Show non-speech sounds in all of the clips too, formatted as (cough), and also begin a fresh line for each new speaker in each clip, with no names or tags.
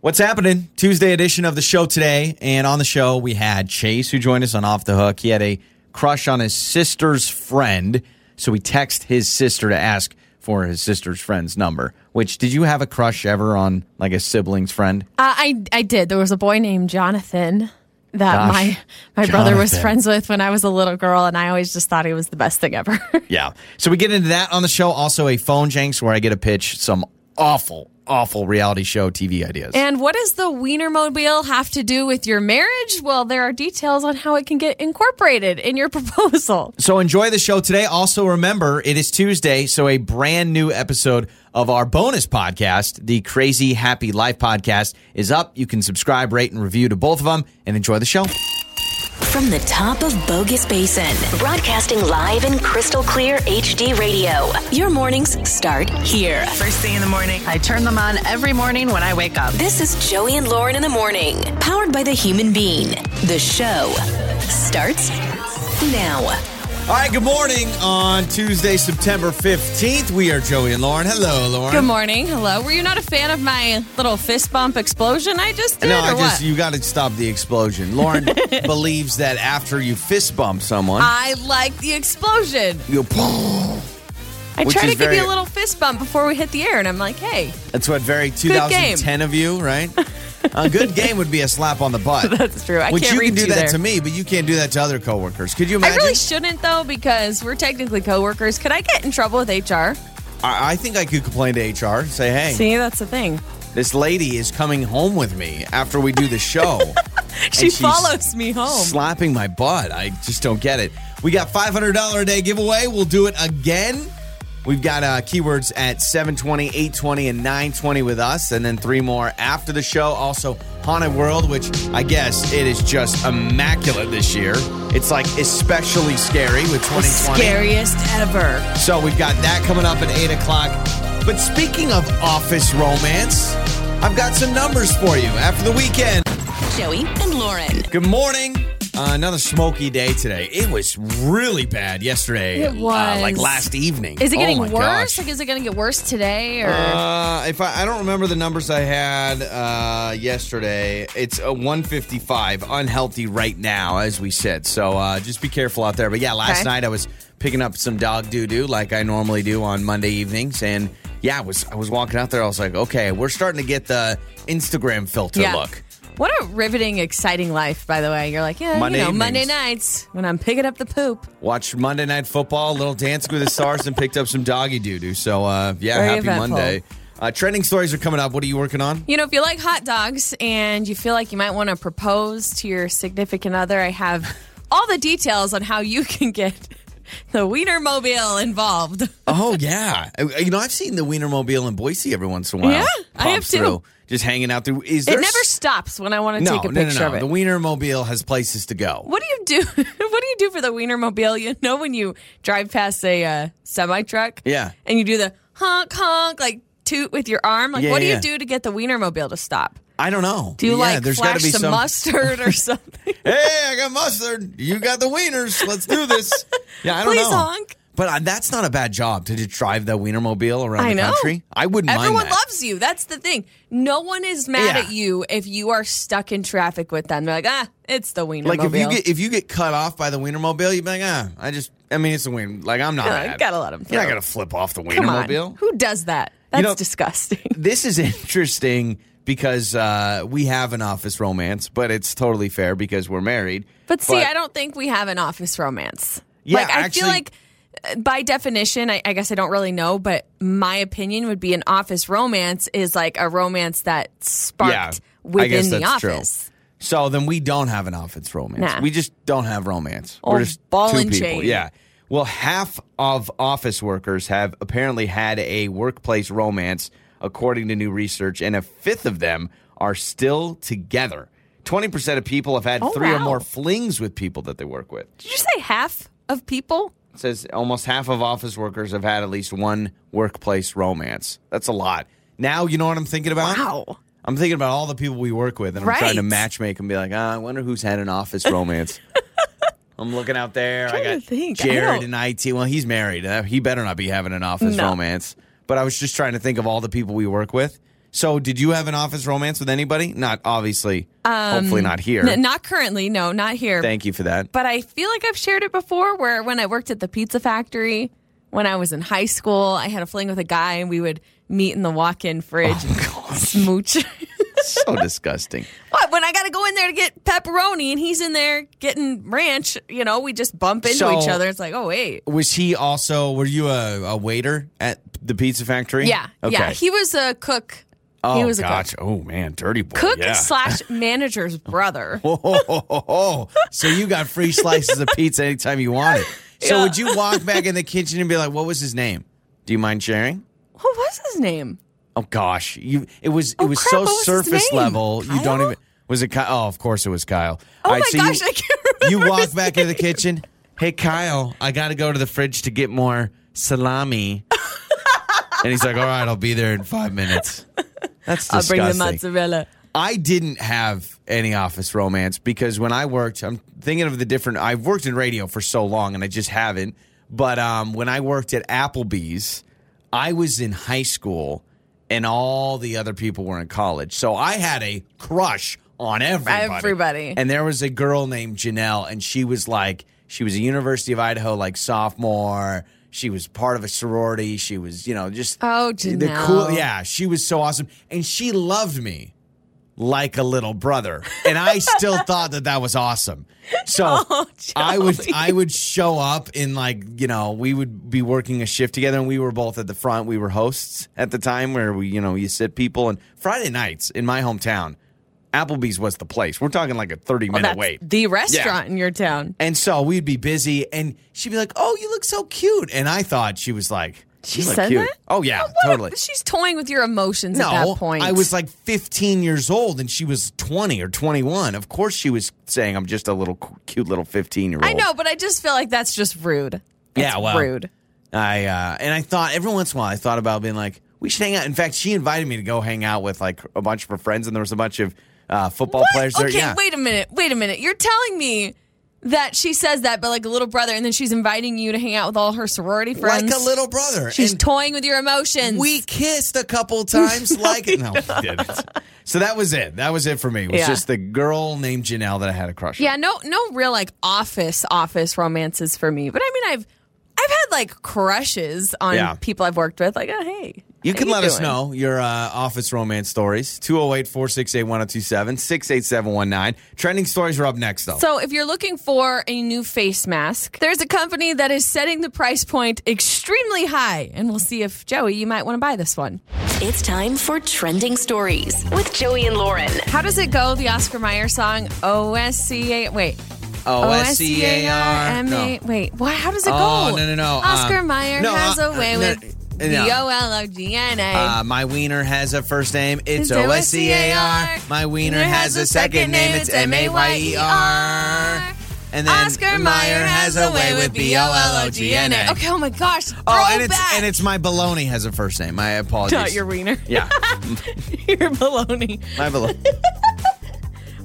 What's happening? Tuesday edition of the show today. And on the show, we had Chase, who joined us on Off the Hook. He had a crush on his sister's friend. So he texted his sister to ask for his sister's friend's number. Which, did you have a crush ever on like a sibling's friend?
Uh, I I did. There was a boy named Jonathan that
Gosh,
my my brother was
Jonathan.
friends with when I was a little girl, and I always just thought he was the best thing ever. (laughs)
Yeah. So we get into that on the show. Also, a phone janks where I get to pitch some awful, awful reality show TV ideas.
and what does the Wienermobile have to do with your marriage? Well, there are details on how it can get incorporated in your (laughs) proposal.
So enjoy the show today. Also remember, it is Tuesday, so a brand new episode of our bonus podcast, the Crazy Happy Life podcast, is up. You can subscribe, rate, and review to both of them and enjoy the show.
From the top of Bogus Basin, broadcasting live in crystal clear HD radio. Your mornings start here.
First thing in the morning, I turn them on every morning when I wake up.
This is Joey and Lauren in the morning, powered by the human being. The show starts now.
All right, good morning on Tuesday, September 15th. We are Joey and Lauren. Hello, Lauren.
Good morning. Hello. Were you not a fan of my little fist bump explosion I just did,
No,
or
I
what?
just, you got to stop the explosion.
(laughs)
Lauren believes that after you fist bump someone,
I like the explosion.
you'll.
(laughs) I
Which
tried
is
to give
very-
you a little fist bump before we hit the air, and I'm like, hey,
That's what very
game.
2010 of you,
(laughs)
right? A good game would be a slap on the butt.
that's true. I
Which
can't
you
reach
can do
you
that
there.
to me, but you can't do that to other coworkers. Could you
I
imagine?
really shouldn't though because we're technically coworkers. Could I get in trouble with HR?
I, I think I could complain to HR. Say, hey,
See, that's the thing.
this lady is coming home with me after we do the
(laughs)
show.
She
she's
follows me home.
slapping my butt. I just don't get it. We got $500 a day giveaway. We'll do it again. We've got uh, keywords at 720, 820, and 920 with us, and then three more after the show. Also, Haunted World, which I guess it is just immaculate this year. It's like especially scary with 2020.
Scariest ever.
So we've got that coming up at 8 o'clock. But speaking of office romance, I've got some numbers for you after the weekend.
Joey and Lauren.
Good morning. Uh, another smoky day today. It was really bad yesterday.
It
uh,
was.
like last evening.
Is it
Oh
getting
my
worse?
gosh.
Like, is it going to get worse today? Or
Uh, if I, I don't remember the numbers I had uh, yesterday, it's a 155 unhealthy right now, as we said. So uh, just be careful out there. But yeah, last
Okay.
night I was picking up some dog doo doo like I normally do on Monday evenings, and yeah, I was I was walking out there. I was like, okay, we're starting to get the Instagram filter look.
What a riveting, exciting life, by the way. You're like, yeah,
Monday
you know,
evenings.
Monday nights when I'm picking up the poop.
Watched Monday Night Football, a little Dancing with the Stars, and picked up some doggy doo doo. So uh, yeah,
Very
happy
eventful.
Monday. Uh, trending stories are coming up. What are you working on?
You know, if you like hot dogs and you feel like you might want to propose to your significant other, I have
(laughs)
all the details on how you can get (laughs) the Wienermobile involved.
Oh yeah, Uh, you know I've seen the Wienermobile in Boise every once in a while.
Yeah, I have
Pops
too.
through, Just hanging out through. Is there
it never
s-
stops when I want to
no,
take a
no, no,
picture
no.
of it.
The Wienermobile has places to go.
what do (laughs) you do? what do you do for the Wienermobile? You know when you drive past a uh, semi truck,
Yeah.
and you do the honk honk like toot with your arm. Like,
Yeah,
what do
yeah,
you
yeah.
do to get the Wienermobile to stop?
I don't know.
Do you
yeah,
like
there's gotta
flash
be
some, mustard or (laughs) something?
(laughs) hey, I got mustard. You got the wieners. Let's do
(laughs)
this. Yeah, I don't
Please
know.
honk.
But uh, that's not a bad job to just drive the Wienermobile around
I
the
know.
country. I wouldn't
Everyone
mind that.
loves you. That's the thing. No one is mad
Yeah.
at you if you are stuck in traffic with them. They're like, ah, it's the Wienermobile.
like if you get if you get cut off by the Wienermobile, you'd be like, ah, I just. I mean, it's a wiener. Like I'm not.
Yeah,
mad.
gotta let 'em
You're not
through.
gonna flip off the
Come on.
Wienermobile.
Who does that? That's
know-
disgusting.
this is (laughs) interesting because uh, we have an office romance, but it's totally fair because we're married.
But see, I don't think we have an office romance.
Yeah,
like I
actually-
feel like uh, by definition, I, I guess I don't really know, but my opinion would be an office romance is like a romance that sparked within the office.
True. So then we don't have an office romance.
Nah.
We just don't have romance.
Oh,
we're just
ball
two
and
people.
chain.
Yeah. Well, half of office workers have apparently had a workplace romance, according to new research, and a fifth of them are still together. Twenty percent of people have had
Oh,
three or
wow.
more flings with people that they work with.
Did you say half of people?
It says almost half of office workers have had at least one workplace romance. That's a lot. Now you know what I'm thinking about.
Wow.
I'm thinking about all the people we work with, and I'm
Right.
trying to matchmake and be like, ah, I wonder who's had an office romance.
(laughs)
I'm looking out there. I
Trying to
got
think. I
Jared in
don't-
IT. Well, he's married. Uh, He better not be having an office
No.
romance. But I was just trying to think of all the people we work with, So, did you have an office romance with anybody? Not obviously. hopefully, not here.
Um, N- not currently, no, not here.
Thank you for that.
but I feel like I've shared it before where when I worked at the pizza factory, when I was in high school, I had a fling with a guy and we would meet in the walk in fridge
Oh. (laughs)
and (laughs) smooch.
so disgusting.
what? When I got to go in there to get pepperoni and he's in there getting ranch, you know, we just bump into
So-
each other. It's like, oh, wait.
Was he also? Were you a, a waiter at the pizza factory?
Yeah. Yeah. He was a cook.
oh
he was a
gosh. Oh man, dirty boy.
cook. Cook
yeah.
slash manager's brother.
Oh, ho, ho, ho, ho. (laughs) so you got free slices of pizza anytime you wanted. So
Yeah.
would you walk back in the kitchen and be like, "What was his name? Do you mind sharing?"
What was his name?
Oh gosh, you it was it
Oh,
was
crap,
so
what was his
surface
name?
level. You don't
Kyle?
even was it Kyle? Oh, of course it was Kyle.
Oh
All right,
my
so you-
gosh, I can't remember.
you walk
his
back into the kitchen. Hey, Kyle, I got to go to the fridge to get more salami. and he's like, all right, I'll be there in five minutes. That's
I'll bring
disgusting.
the mozzarella.
I didn't have any office romance because when I worked, I'm thinking of the different. I've worked in radio for so long, and I just haven't. But um, when I worked at Applebee's, I was in high school, and all the other people were in college. So I had a crush on everybody.
Everybody.
And there was a girl named Janelle, and she was like, she was a University of Idaho like sophomore. She was part of a sorority. She was, you know, just
Oh,
the cool.
Janelle.
Yeah, she was so awesome, and she loved me like a little brother, and I
(laughs)
still thought that that was awesome. So
Oh,
I would I would show up in like you know we would be working a shift together, and we were both at the front. We were hosts at the time where we you know you sit people and Friday nights in my hometown, Applebee's was the place. We're talking like a thirty minute
Oh, That's
wait.
the restaurant in your town.
And so we'd be busy, and she'd be like, "Oh, you look so cute," and I thought she was like,
She
"You look
said
cute."
that?
Oh yeah,
What a-
totally.
she's toying with your emotions
No,
at that point.
I was like 15 years old and she was 20 or 21. Of course, she was saying, I'm just a little cu- cute little 15 year old.
I know, but I just feel like that's just rude. That's
Yeah, well,
rude.
I, uh, and I thought every once in a while, I thought about being like, we should hang out. In fact, she invited me to go hang out with like a bunch of her friends, and there was a bunch of uh, football players there.
okay,
yeah.
wait a minute. Wait a minute. You're telling me that she says that, but like a little brother, and then she's inviting you to hang out with all her sorority friends.
Like a little brother.
She's
And-
toying with your emotions.
We kissed a couple times,
(laughs)
like no, we didn't. So that was it. That was it for me. It was
Yeah.
just the girl named Janelle that I had a crush on.
yeah, no, no real like office office romances for me. But I mean, I've I've had like crushes on
Yeah.
people I've worked with. Like, oh hey,
You
how
can let us
doing?
know your uh, office romance stories. 208 468 1027 68719. Trending stories are up next, though.
So, if you're looking for a new face mask, there's a company that is setting the price point extremely high, and we'll see if Joey, you might want to buy this one.
It's time for Trending Stories with Joey and Lauren.
How does it go? The Oscar Mayer song OSCA. Wait.
OSCAR.
OSCAR.
No.
Wait, what? How does it
Oh,
go?
no, no, no.
Oscar
Um,
Mayer
no,
has
uh,
a way
no,
with
no.
the O L O G N A.
Uh, my wiener has a first name. It's
It's
O S C A R.
OSCAR.
My wiener has a second name. It's M A Y E R. And then
Oscar Mayer has a way with B O L O G N A. Okay, oh my gosh.
Oh, and it's
throwback.
and it's my baloney has a first name. (laughs) My apologies.
(laughs) not your wiener.
yeah,
your baloney.
my baloney.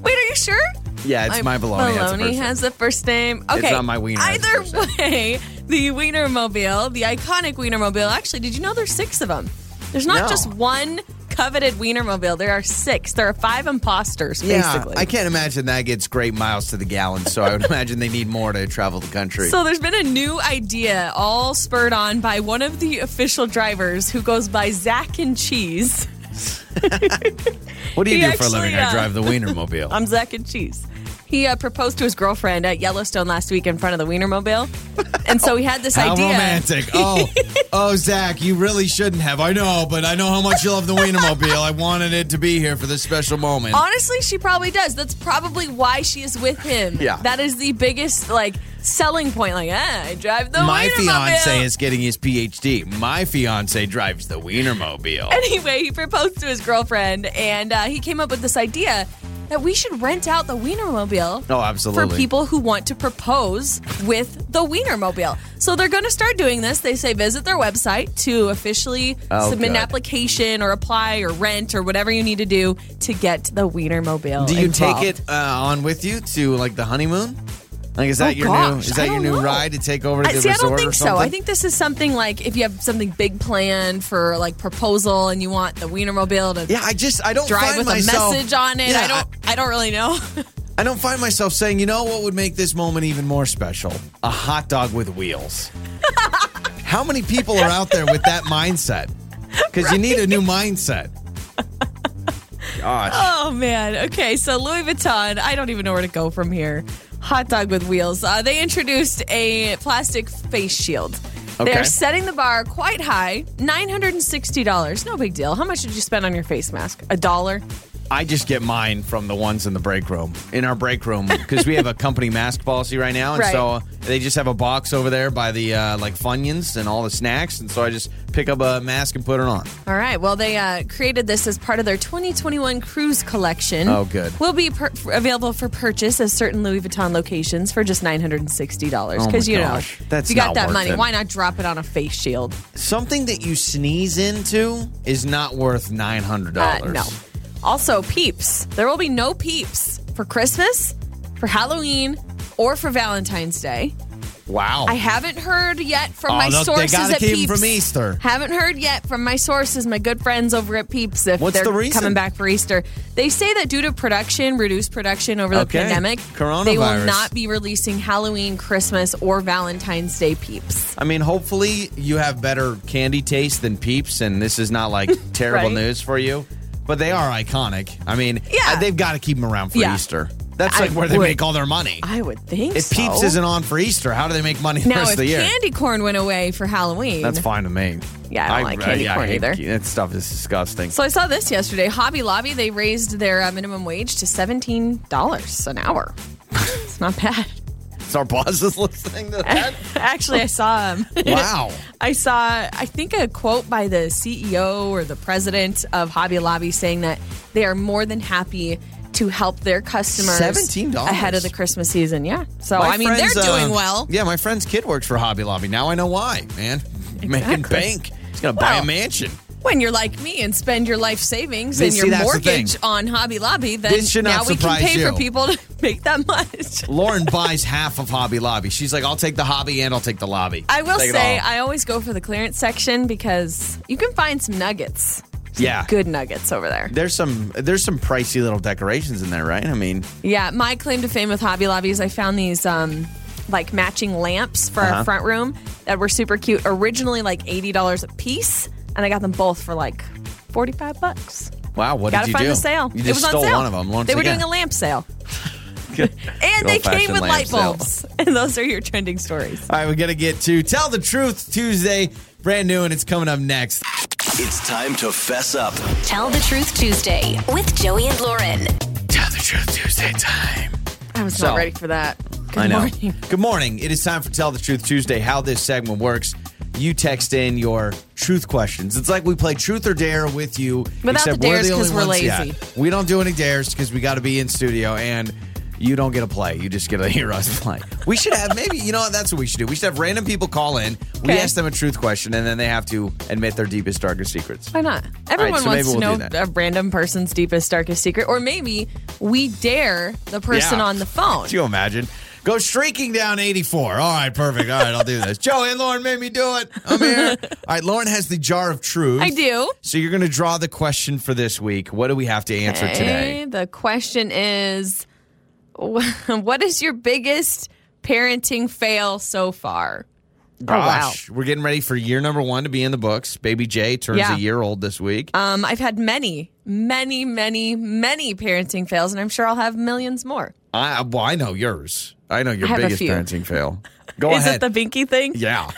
Wait, are you sure?
Yeah, it's (laughs) my baloney. has a first
Baloney
name.
has the first name. Okay.
not my wiener has the
Either
first
way, the Wienermobile, the iconic Wienermobile. Actually, did you know there's six of them? There's not
No.
just one coveted Wienermobile. There are six. There are five imposters, basically.
I can't imagine that gets great miles to the gallon. So I would
(laughs)
imagine they need more to travel the country.
So there's been a new idea, all spurred on by one of the official drivers who goes by Zach and Cheese. (laughs)
what do you
he
do for a
actually,
living? I
uh,
drive the Wienermobile.
(laughs) I'm Zach and Cheese. He uh, proposed to his girlfriend at Yellowstone last week in front of
(laughs)
the Wienermobile, and so he had this
how
idea.
romantic!
(laughs)
Oh, oh, Zach, you really shouldn't have. I know, but I know how much you love the Wienermobile. I wanted it to be here for this special moment.
Honestly, she probably does. That's probably why she is with him.
Yeah.
That is the biggest like selling point. Like, ah, I drive the
My
Wienermobile.
fiance is getting his PhD. My fiance drives the Wienermobile.
Anyway, he proposed to his girlfriend, and uh, he came up with this idea that we should rent out the Wienermobile.
Oh, absolutely.
For people who want to propose with the Wienermobile. So they're going to start doing this. They say visit their website to officially
Oh,
submit an
good.
application or apply or rent or whatever you need to do to get the Wienermobile.
Do you
involved.
take it uh, on with you to like the honeymoon? Like, is that your new
Oh, gosh,
is
I
that your
don't
new
know.
ride to take over to
I,
the
see, I
resort
don't
or
think
something?
so. I think this is something like if you have something big planned for like proposal and you want the Wienermobile to
Yeah, I just I don't
drive
find
with
myself,
a message on it.
Yeah,
I don't. I, don't really know. (laughs)
I don't find myself saying, you know what would make this moment even more special? A hot dog with wheels. (laughs) How many people are out there with that mindset? Because you need a new mindset. Gosh.
oh man. Okay. So Louis Vuitton. I don't even know where to go from here. Hot dog with wheels. Uh, they introduced a plastic face shield.
Okay.
They're setting the bar quite high. Nine hundred and sixty dollars. No big deal. How much did you spend on your face mask? A dollar.
I just get mine from the ones in the break room, in our break room, because we have a company mask policy right now, and
Right.
so they just have a box over there by the uh, like Funyuns and all the snacks, and so I just pick up a mask and put it on.
All right. Well, they uh, created this as part of their 2021 cruise collection.
Oh, good.
Will be per- available for purchase at certain Louis Vuitton locations for just nine hundred and sixty dollars.
Oh,
Because
my
you
gosh.
know,
That's
if you
not
got that
worth
money.
it.
Why not drop it on a face shield?
Something that you sneeze into is not worth nine hundred
Uh,
dollars.
no. Also, peeps. There will be no peeps for Christmas, for Halloween, or for Valentine's Day.
Wow.
I haven't heard yet from
Oh,
my
look, they
sources
gotta
at
keep 'em
Peeps.
from Easter.
Haven't heard yet from my sources, my good friends over at Peeps, if
What's
they're
the reason?
coming back for Easter. They say that due to production, reduced production over the
Okay.
pandemic, they will
Coronavirus.
not be releasing Halloween, Christmas, or Valentine's Day Peeps.
I mean, hopefully you have better candy taste than Peeps, and this is not
(laughs)
like terrible
Right.
news for you. But they are iconic. I mean,
Yeah.
uh, they've got to keep them around for
Yeah.
Easter. That's
I
like where they
would-
make all their money.
I would think
If
so.
Peeps isn't on for Easter, how do they make money the
now,
rest
if
of the year?
candy corn went away for Halloween,
That's fine to me.
Yeah, I don't like candy
yeah, I
corn
hate
either.
ca- That stuff is disgusting.
So I saw this yesterday. Hobby Lobby they raised their uh, minimum wage to seventeen dollars an hour. (laughs) it's not bad. (laughs)
Is our boss is (laughs) listening to that?
Actually, I saw um,
wow.
I saw I think a quote by the CEO or the president of Hobby Lobby saying that they are more than happy to help their customers
$17.
ahead of the Christmas season. Yeah. So
My
Oh, I mean,
friend's,
they're doing
uh,
well.
Yeah, my friend's kid works for Hobby Lobby. Now I know why, man. Making
Exactly.
bank. He's going to buy
Well,
a mansion.
When you're like me and spend your life savings
They-
and
see,
your
that's the thing.
mortgage on Hobby Lobby, then
This should not
now we can
surprise
pay
you.
for people to (laughs) make that much.
Lauren
(laughs)
buys half of Hobby Lobby. She's like, I'll take the hobby and I'll take the lobby.
I will
Take it
say
all.
I always go for the clearance section because you can find some nuggets,
yeah.
good nuggets over there.
There's some there's some pricey little decorations in there, right? I mean,
Yeah, my claim to fame with Hobby Lobby is I found these um like matching lamps for
Uh-huh.
our front room that were super cute. Originally like $80 a piece, and I got them both for like 45 bucks.
wow, what
Gotta
did you
find
do?
the sale.
You
it
just
was on
stole
sale.
one of them. Lawrence
they were
again.
doing a lamp sale.
(laughs) Good
And they came
old-fashioned
with
lamp
light
sale.
bulbs. (laughs) And those are your trending stories.
All right, we got to get to Tell the Truth Tuesday. Brand new, and it's coming up next.
It's time to fess up.
Tell the Truth Tuesday with Joey and Lauren.
Tell the Truth Tuesday time.
I was
So-
not ready for that. Good
I know.
morning.
Good morning. It is time for Tell the Truth Tuesday. How this segment works. You text in your truth questions. It's like we play Truth or Dare with you.
Without
except
the dares,
we're the
'cause
only
we're
ones- yeah.
lazy.
we don't do any dares because we got to be in studio and you don't get to play. You just get (laughs) to hear us play. We should have maybe, you know what? That's what we should do. We should have random people call in. We
Okay.
ask them a truth question and then they have to admit their deepest, darkest secrets.
Why not? Everyone
so maybe
wants to
we'll do
know
that.
a random person's deepest, darkest secret, or maybe we dare the person
Yeah.
on the phone.
Could (laughs) you imagine? Go streaking down 84. All right, perfect. All right, I'll do this. Joey and Lauren made me do it. I'm
(laughs)
here. All right, Lauren has the jar of truth.
I do.
So you're going to draw the question for this week. What do we have to answer
Okay,
today?
The question is (laughs) wh- what is your biggest parenting fail so far? Oh,
Gosh, we're getting ready for year number one to be in the books. Baby Jay turns
Yeah.
a year old this week.
Um, I've had many, many, many, many parenting fails, and I'm sure I'll have millions more.
I well, I know yours. I know your
I have a
biggest
few.
parenting
(laughs)
fail. Go
is
ahead.
it the binky thing?
(laughs) yeah,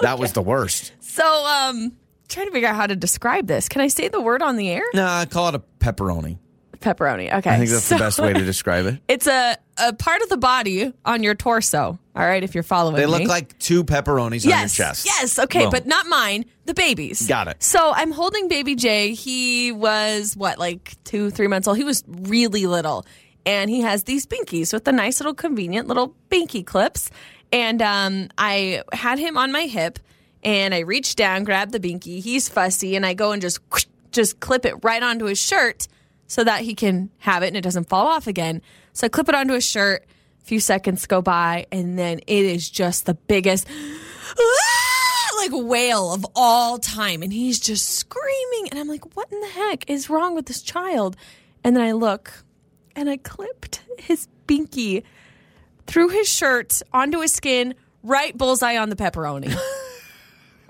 that was the worst.
So, um, trying to figure out how to describe this. Can I say the word on the air?
Nah, call it a pepperoni.
Pepperoni. Okay.
I think that's the
so-
best way to describe
(laughs)
it.
It's a, a part of the body on your torso. All right, if you're following
They
me.
look like two pepperonis on your
yes,
chest.
yes, okay,
Boom.
but not mine. The baby's
Got it.
So I'm holding baby Jay. He was what, like two, three months old. He was really little, and he has these binkies with the nice little convenient little binky clips. And um, I had him on my hip, and I reached down, grabbed the binky. He's fussy, and I go and just just clip it right onto his shirt so that he can have it and it doesn't fall off again. So I clip it onto his shirt few seconds go by, and then it is just the biggest "Ah!" (laughs) like wail of all time. And he's just screaming. And I'm like, what in the heck is wrong with this child? And then I look and I clipped his binky through his shirt onto his skin, right bullseye on
(laughs)
the pepperoni.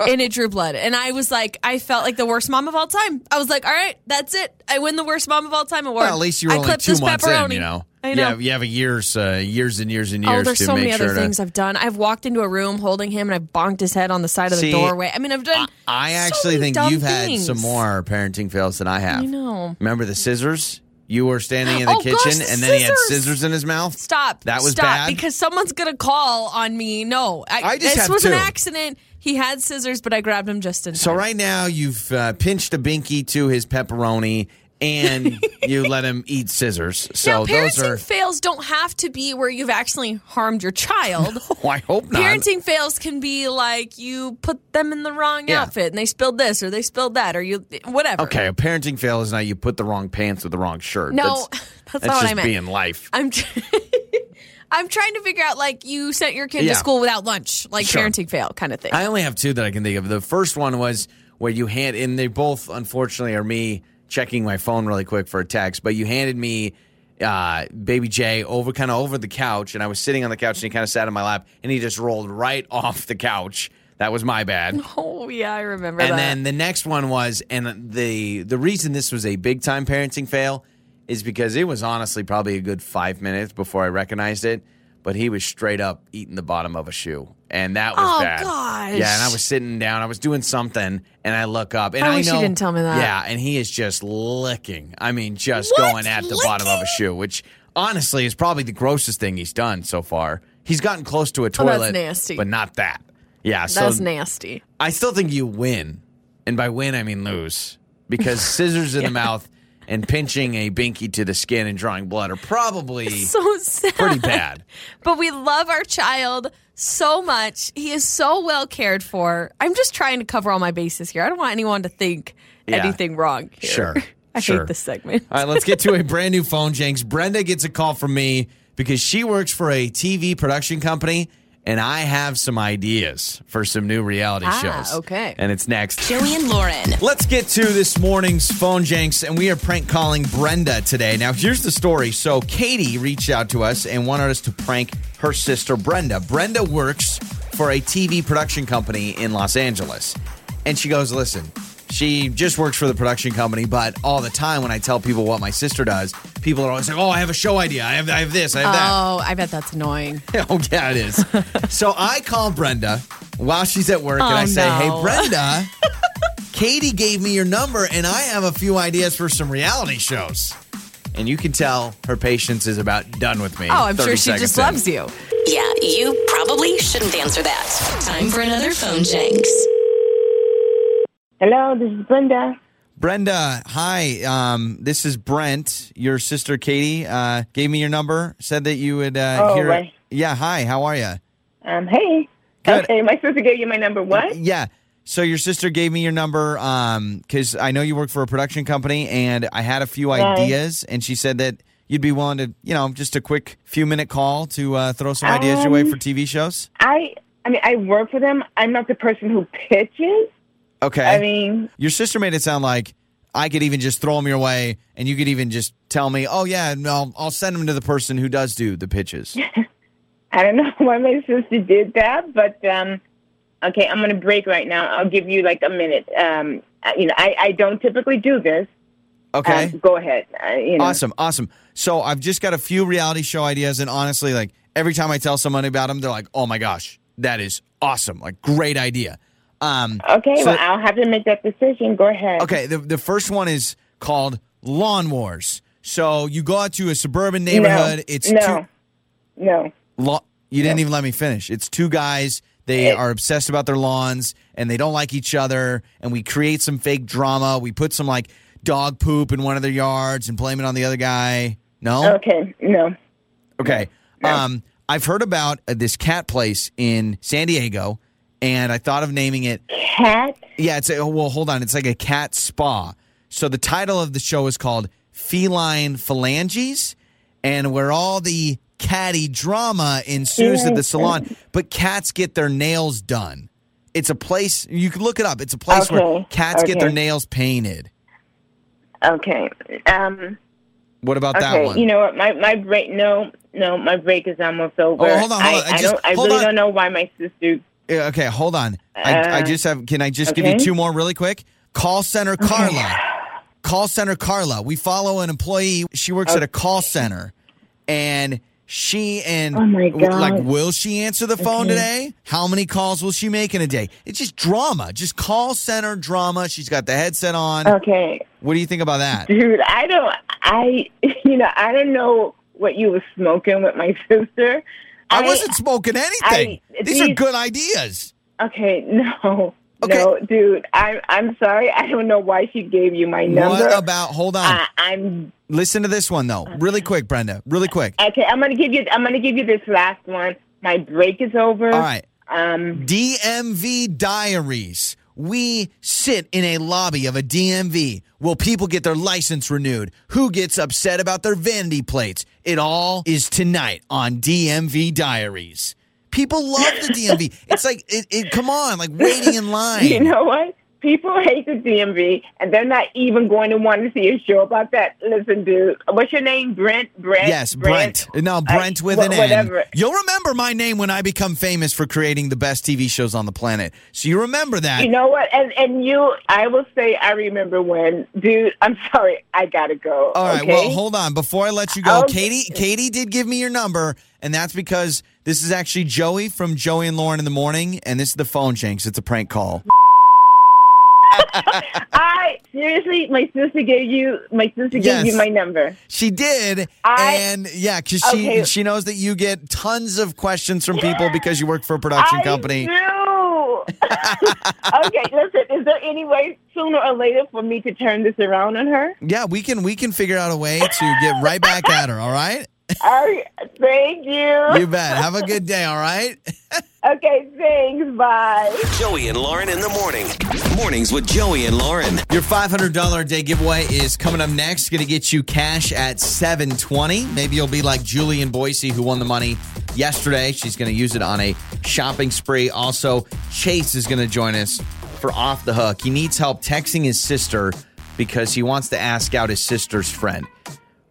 and it drew blood. And I was like, I felt like the worst mom of all time. I was like, all right, that's it. I win the worst mom of all time award.
Well, at least you were
I
only
clipped
two
this
months
pepperoni.
in, you know.
I
You
know.
have, you have a years, uh, years and years and
Oh,
years
there's
to
so
make
many
sure
other
to.
things I've done. I've walked into a room holding him and I've bonked his head on the side of
See,
the doorway. I mean, I've done.
I
so
actually
many
think
dumb
you've
things.
had some more parenting fails than I have.
I know.
Remember the scissors? You were standing in the
Oh,
kitchen,
gosh,
and
the
then he had
scissors.
scissors in his mouth.
Stop.
That was
Stop,
bad.
Because someone's gonna call on me. No, I,
I just
this
have
was
two.
an accident. He had scissors, but I grabbed him just in
So
time.
right now you've uh, pinched a binky to his pepperoni,
(laughs)
and you let him eat scissors. So
now,
those
parenting
are.
fails don't have to be where you've actually harmed
(laughs)
your child.
Oh, I hope not.
Parenting fails can be like you put them in the wrong
Yeah.
outfit and they spilled this or they spilled that or you whatever.
Okay, a parenting fail is not you put the wrong pants with the wrong shirt.
No,
that's,
(laughs) that's not what I
just
meant.
being life.
I'm tr- (laughs) I'm trying to figure out like you sent your kid
Yeah.
to school without lunch, like
Sure.
parenting fail kind of thing.
I only have two that I can think of. The first one was where you hand, and they both unfortunately are me checking my phone really quick for a text. But you handed me uh, baby Jay over kind of over the couch, and I was sitting on the couch, and he kind of sat on my lap, and he just rolled right (laughs) off the couch. That was my bad.
oh yeah, I remember
and
that.
then the next one was, and the the reason this was a big time parenting fail is because it was honestly probably a good five minutes before I recognized it. But he was straight up eating the bottom of a shoe, and that was
Oh,
bad.
gosh.
Yeah, and I was sitting down, I was doing something, and I look up, and
I
I
wish you
know
didn't tell me that.
Yeah, and he is just licking. I mean, just
What?
going at the bottom of a shoe, which honestly is probably the grossest thing he's done so far. He's gotten close to a
Oh,
toilet,
that's nasty.
but not that. Yeah, so
That's nasty.
I still think you win. And by win, I mean lose.
(laughs)
Because scissors in the mouth and pinching a binky to the skin and drawing blood are probably
(laughs) So sad.
pretty bad.
But we love our child so much. He is so well cared for. I'm just trying to cover all my bases here. I don't want anyone to think
Yeah.
anything wrong. Here.
Sure.
(laughs) I
sure. Uh,
hate this segment.
All right, let's get to a brand new phone, Jenks. Brenda gets a call from me because she works for a TV production company, and I have some ideas for some new reality
Ah,
shows.
okay.
And it's next.
Joey and Lauren.
Let's get to this morning's phone janks, and we are prank calling Brenda today. Now, here's the story. So, Katie reached out to us and wanted us to prank her sister, Brenda. Brenda works for a TV production company in Los Angeles. And she goes, Listen, she just works for the production company, but all the time when I tell people what my sister does, people are always like, Oh, I have a show idea. I have, I have this. I have that.
Oh, I bet that's annoying.
(laughs) Oh, yeah, it is. so I call Brenda while she's at work and I
Oh,
say,
no.
Hey,
(laughs)
Brenda, Katie gave me your number and I have a few ideas for some reality shows. And you can tell her patience is about done with me.
Oh, I'm
30
sure she
seconds
just
in.
loves you.
Yeah, you probably shouldn't answer that. Time for another phone janks.
Hello, this is Brenda.
Brenda, hi. Um, this is Brent. Your sister Katie uh, gave me your number, said that you would uh,
Oh,
hear.
right.
Yeah, hi. How are you?
Um, hey.
Good.
Okay, am I supposed to give you my number? What?
Yeah. So your sister gave me your number because I know you work for a production company, and I had a few ideas, and she said that you'd be willing to, you know, just a quick few minute call to uh, throw some ideas your way
Um,
for TV shows.
I I mean, I work for them. I'm not the person who pitches.
Okay.
I mean,
your sister made it sound like I could even just throw them your way, and you could even just tell me, "Oh yeah, no, I'll send them to the person who does do the
(laughs)
pitches."
I don't (laughs) know why my sister did that, but um, okay, I'm going to break right now. I'll give you like a minute. Um, I- you know, I, I don't typically do this.
Okay.
Um, go ahead. Uh, you know.
Awesome, awesome. So I've just got a few reality show ideas, and honestly, like every time I tell someone about them, they're like, "Oh my gosh, that is awesome! Like great idea." Um,
Okay,
So-
well, I'll have to make that decision. Go ahead.
okay, the the first one is called Lawn Wars. So you go out to a suburban neighborhood.
No,
It's
no, no.
two. Lo- you didn't even let me finish. It's two guys. They are obsessed about their lawns, and they don't like each other. And we create some fake drama. We put some like dog poop in one of their yards and blame it on the other guy. No.
Okay, no.
Okay. Um, I've heard about uh, this cat place in San Diego, and I thought of naming it.
Cat.
Yeah, it's a, oh, well, hold on. It's like a cat spa. So the title of the show is called Feline Phalanges, and where all the catty drama ensues at the
Yes.
salon, but cats get their nails done. It's a place you can look it up. It's a place where
Okay,
cats get their
okay.
nails painted.
Okay. Um,
What about that one?
okay. You know what? My my break. No, no, my break is almost over.
Oh, hold on, hold on. I
I, I
just-
don't. I
hold
really
on.
don't know why my sister.
Yeah, Uh, okay, hold on. I, I
Uh,
just have. Can I just give you
okay.
two more really quick? Call center Carla. Call center Carla. We follow an employee. She works at a call center, and she and
Oh my
w- like,
God.
will she answer the phone today? How many calls will she make in a day? It's just drama. Just call center drama. She's got the headset on.
Okay,
What do you think about that?
dude. I don't. I (laughs) you know I don't know what you were smoking with my (laughs) sister.
I, wasn't smoking anything.
I-
these, are
these-
good ideas.
Okay, (laughs) no.
Okay.
No, dude, I'm I'm sorry. I don't know why she gave you my number. uh,
What about? Hold on.
I, I'm
Listen to this one though, really quick, Brenda.
Uh,
Really quick.
okay. I'm gonna give you. I'm gonna give you this last one. My break is over.
All right.
Um.
DMV diaries. We sit in a lobby of a DMV. Will people get their license renewed? Who gets upset about their vanity plates? It all is tonight on DMV Diaries. People love the
(laughs)
DMV. It's like, it, it, come on, like waiting in line.
You know what? People hate the DMV, and they're not even going to want to see a show about that. Listen, dude, what's your name? Brent. Brent.
yes, Brent. No, Brent
I-
with
wha-
an
whatever.
N. You'll remember my name when I become famous for creating the best TV shows on the planet. So you remember that.
You know what? And and you, I will say, I remember when, dude. I'm (laughs) sorry, I gotta go.
All right.
okay?
Well, hold on. Before I let you go,
Okay.
Katie, Katie did give me your number, and that's because this is actually Joey from Joey and Lauren in the morning, and this is the phone jinx. It's a prank call.
I seriously, my sister gave you, my sister gave
Yes.
you my number.
She did,
I-
and yeah, because she
Okay.
she knows that you get tons of questions from people because you work for a production
I
company.
do. (laughs) okay, listen. Is there any way sooner or later for me to turn this around on her?
Yeah, we can we can figure out a way to get right back at her. All right.
All right, thank
You bet. Have a good day. All right.
Okay, thanks. Bye.
Joey and Lauren in the morning. Mornings with Joey and Lauren.
Your $500 day giveaway is coming up next. Going to get you cash at 720. Maybe you'll be like Julie in Boise who won the money yesterday. She's going to use it on a shopping spree. Also, Chase is going to join us for Off the Hook. He needs help texting his sister because he wants to ask out his sister's friend.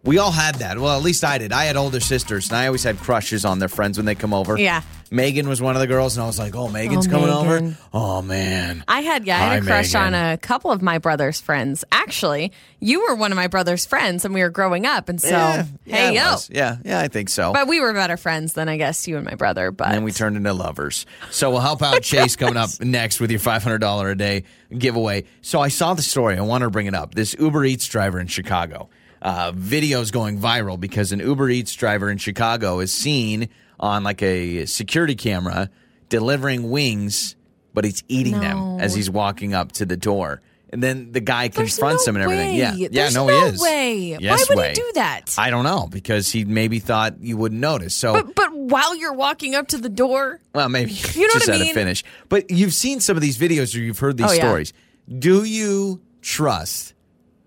We all had that. Well, at least I did. I had older sisters, and I always had crushes on their friends when they come over.
Yeah.
Megan was one of the girls, and I was like, oh, Megan's coming over?
Megan.
Oh, man.
I had yeah, I had a
Hi,
crush
Megan.
on a couple of my brother's friends. Actually, you were one of my brother's friends, and we were growing up, and so
yeah, yeah,
hey
it
yo,
was. yeah, yeah, I think so.
but we were better friends than I guess you and my brother. But
and then we turned into lovers. So we'll help out Chase coming
(laughs)
up next with your $500 a day giveaway. So I saw the story. I want to bring it up. This Uber Eats driver in Chicago. Uh, videos going viral because an Uber Eats driver in Chicago is seen on like a security camera delivering wings, but he's eating them
No.
as he's walking up to the door. And then the guy
There's
confronts
no
him and everything.
way.
Yeah, yeah,
There's
no,
no
he is.
way.
Yes,
Why would he
way.
do that?
I don't know because he maybe thought you wouldn't notice. So
but but while you're walking up to the door,
well, maybe
You know what
just
I
had
mean?
a finish. But you've seen some of these videos or you've heard these
Oh, yeah.
stories. Do you trust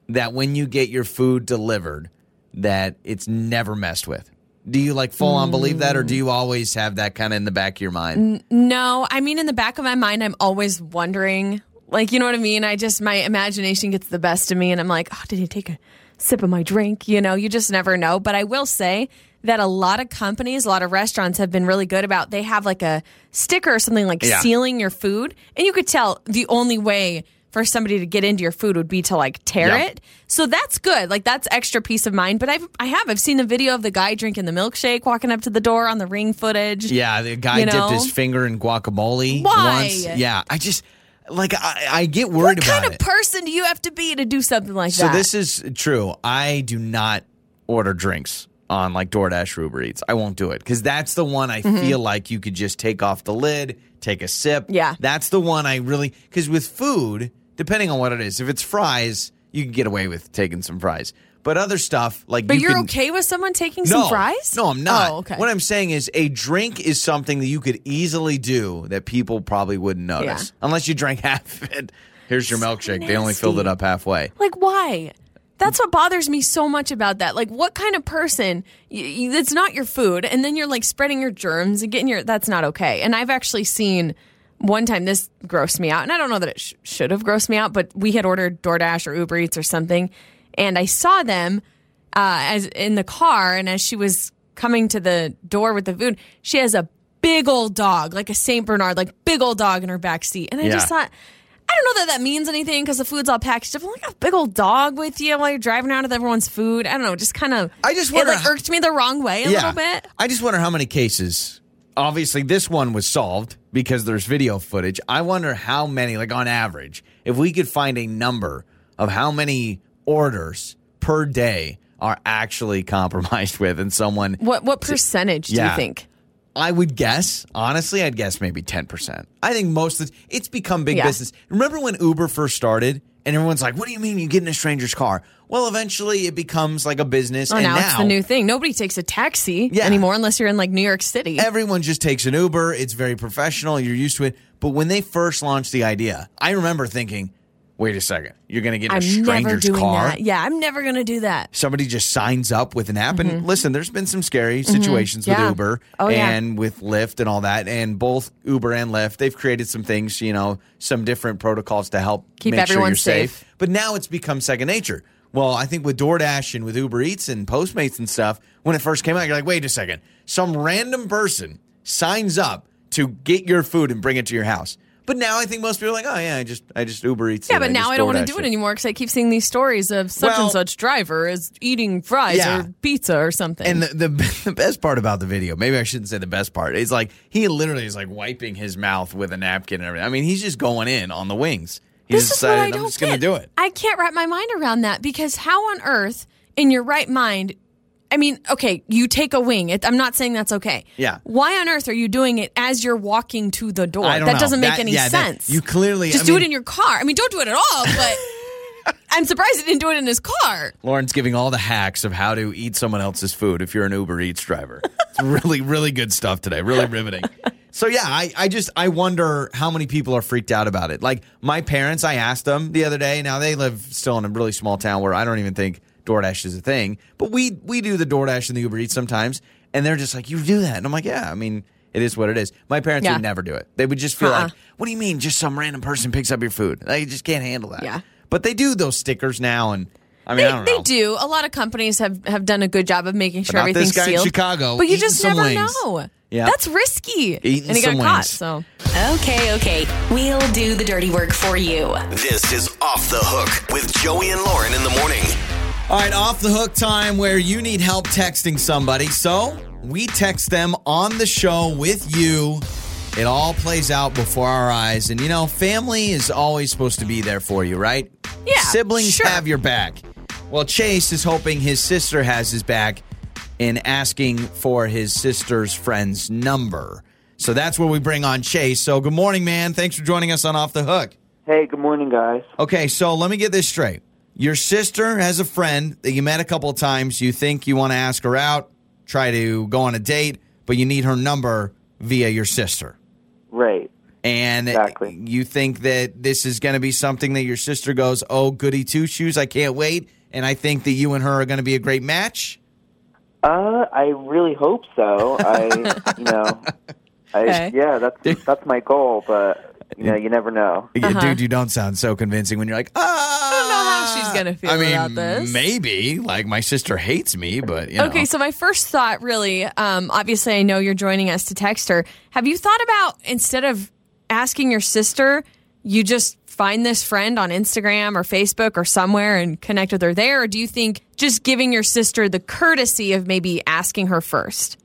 that when you get your food delivered that it's never messed with? Do you like full on believe that or do you always have that kind of in the back of your mind?
no. I mean, in the back of my mind, I'm always wondering, like you know what I mean. I just my imagination gets the best of me, and I'm like, oh, did he take a sip of my drink? You know, you just never know. But I will say that a lot of companies, a lot of restaurants have been really good about. They have like a sticker or something like
Yeah.
sealing your food, and you could tell the only way. For somebody to get into your food would be to like tear
Yeah.
it. So that's good. Like that's extra peace of mind. But I've I have I've seen a video of the guy drinking the milkshake, walking up to the door on the ring footage.
Yeah, the guy
You
dipped
know?
his finger in guacamole
Why?
once. Yeah, I just like I, I get worried
What
about
kind of
it.
person do you have to be to do something like
So
that?
this is true. I do not order drinks on like DoorDash or Uber Eats. I won't do it because that's the one I
Mm-hmm.
feel like you could just take off the lid, take a sip.
Yeah.
that's the one I really because with food, depending on what it is, if it's fries, you can get away with taking some fries. But other stuff like
but
you
you're
can,
okay with someone taking
no,
some fries?
No, I'm not.
Oh, okay.
What I'm saying is a drink is something that you could easily do that people probably wouldn't (laughs) notice unless you drank half of it. Here's your milkshake. They only filled it
nasty.
up halfway.
like why? That's what bothers me so much about that. Like, what kind of person? You, you, it's not your food, and then you're like spreading your germs and getting your. That's not okay. And I've actually seen one time this grossed me out, and I don't know that it sh- should have grossed me out, but we had ordered DoorDash or Uber Eats or something, and I saw them uh, as in the car, and as she was coming to the door with the food, she has a big old dog, like a Saint Bernard, like big old dog in her back seat, and I
Yeah.
just thought. I don't know that that means anything because the food's all packaged up. I'm like a big old dog with you while you're driving around with everyone's food. I don't know. Just kind of.
I just wonder
It like
how-
irked me the wrong way a little bit.
I just wonder how many cases. Obviously, this one was solved because there's video footage. I wonder how many, like on average, if we could find a number of how many orders per day are actually compromised (laughs) with, and someone,
What what percentage do
Yeah.
you think?
I would guess, honestly, I'd guess maybe 10%. I think most of the, it's become big
Yeah.
business. Remember when Uber first started? And everyone's like, what do you mean you get in a stranger's car? Well, eventually it becomes like a business.
Oh,
and
now,
now,
it's the new thing. Nobody takes a taxi
Yeah.
anymore unless you're in like New York City.
everyone just takes an Uber. It's very professional. You're used to it. But when they first launched the idea, I remember thinking, wait a second, you're going to get in a
I'm never
stranger's
doing
car.
that. Yeah, I'm never gonna do that.
Somebody just signs up with an app. And listen, there's been some scary situations
Mm-hmm. Yeah.
with Uber
Oh, yeah.
and with Lyft and all that. And both Uber and Lyft, they've created some things, you know, some different protocols to help
Keep
make sure
everyone
you're safe.
safe.
But now it's become second nature. Well, I think with DoorDash and with Uber Eats and Postmates and stuff, when it first came out, you're like, wait a second. Some random person signs up to get your food and bring it to your house. But now I think most people are like, oh yeah, I just I just Uber Eats.
Yeah,
it.
but now
just
I don't want to
DoorDash
do it anymore because I keep seeing these stories of such
Well-
and such driver is eating fries
Yeah.
or pizza or something.
And the, the (laughs) the best part about the video, maybe I shouldn't say the best part, is like he literally is like wiping his mouth with a napkin and everything. I mean, he's just going in on the wings. He
This
just
is what I
decided
don't
I'm just going to
get.
do it.
I can't wrap my mind around that because how on earth, in your right mind, I mean, okay, you take a wing. It, I'm not saying that's okay.
Yeah.
Why on earth are you doing it as you're walking to the door?
I don't
that
know.
doesn't make
That-
any
yeah, that-
sense.
you clearly-
just
I
do
mean-
it in your car. I mean, don't do it at all. But
(laughs)
I'm surprised he didn't do it in his car.
Lauren's giving all the hacks of how to eat someone else's food if you're an Uber Eats driver. It's really, really good stuff today. Really riveting. So yeah, I, I just I wonder how many people are freaked out about it. Like my parents, I asked them the other day. Now they live still in a really small town where I don't even think DoorDash is a thing. But we we do the DoorDash and the Uber Eats sometimes, and they're just like, "You do that?" And I'm like, "Yeah, I mean." It is what it is. My parents
Yeah.
would never do it. They would just feel
Uh-uh.
like, "What do you mean? Just some random person picks up your food? They just can't handle that."
Yeah.
But they do those stickers now, and I mean, I don't
they,
know.
they do. A lot of companies have, have done a good job of making sure
About this
everything's
guy in
sealed.
Chicago
but you
eating
just
some
never
wings.
know.
Yeah.
That's risky.
Eating
and he
some
got caught.
wings.
So
Okay, okay. We'll do the dirty work for you.
This is Off the Hook with Joey and Lauren in the morning.
All right, off the hook time where you need help texting somebody. So we text them on the show with you. It all plays out before our eyes. And you know, family is always supposed to be there for you, right?
Yeah,
Siblings
sure.
have your back. Well, Chase is hoping his sister has his back in asking for his sister's friend's number. So that's where we bring on Chase. So good morning, man. Thanks for joining us on Off the Hook.
Hey, good morning, guys.
Okay, so let me get this straight. Your sister has a friend that you met a couple of times. You think you want to ask her out, try to go on a date, but you need her number via your sister.
Right.
And
Exactly.
you think that this is going to be something that your sister goes, Oh, goody two shoes, I can't wait. And I think that you and her are going to be a great match.
Uh, I really hope so. I, you know, I,
Okay.
yeah, that's that's my goal, but you know, you never know.
Yeah, Dude, you don't sound so convincing when you're like, ah. I
Uh-huh. don't know how she's gonna feel
I mean,
about this.
Maybe. Like, my sister hates me, but, you know.
Okay, so my first thought, really, um, obviously, I know you're joining us to text her. Have you thought about instead of asking your sister, you just find this friend on Instagram or Facebook or somewhere and connect with her there? Or do you think just giving your sister the courtesy of maybe asking her first?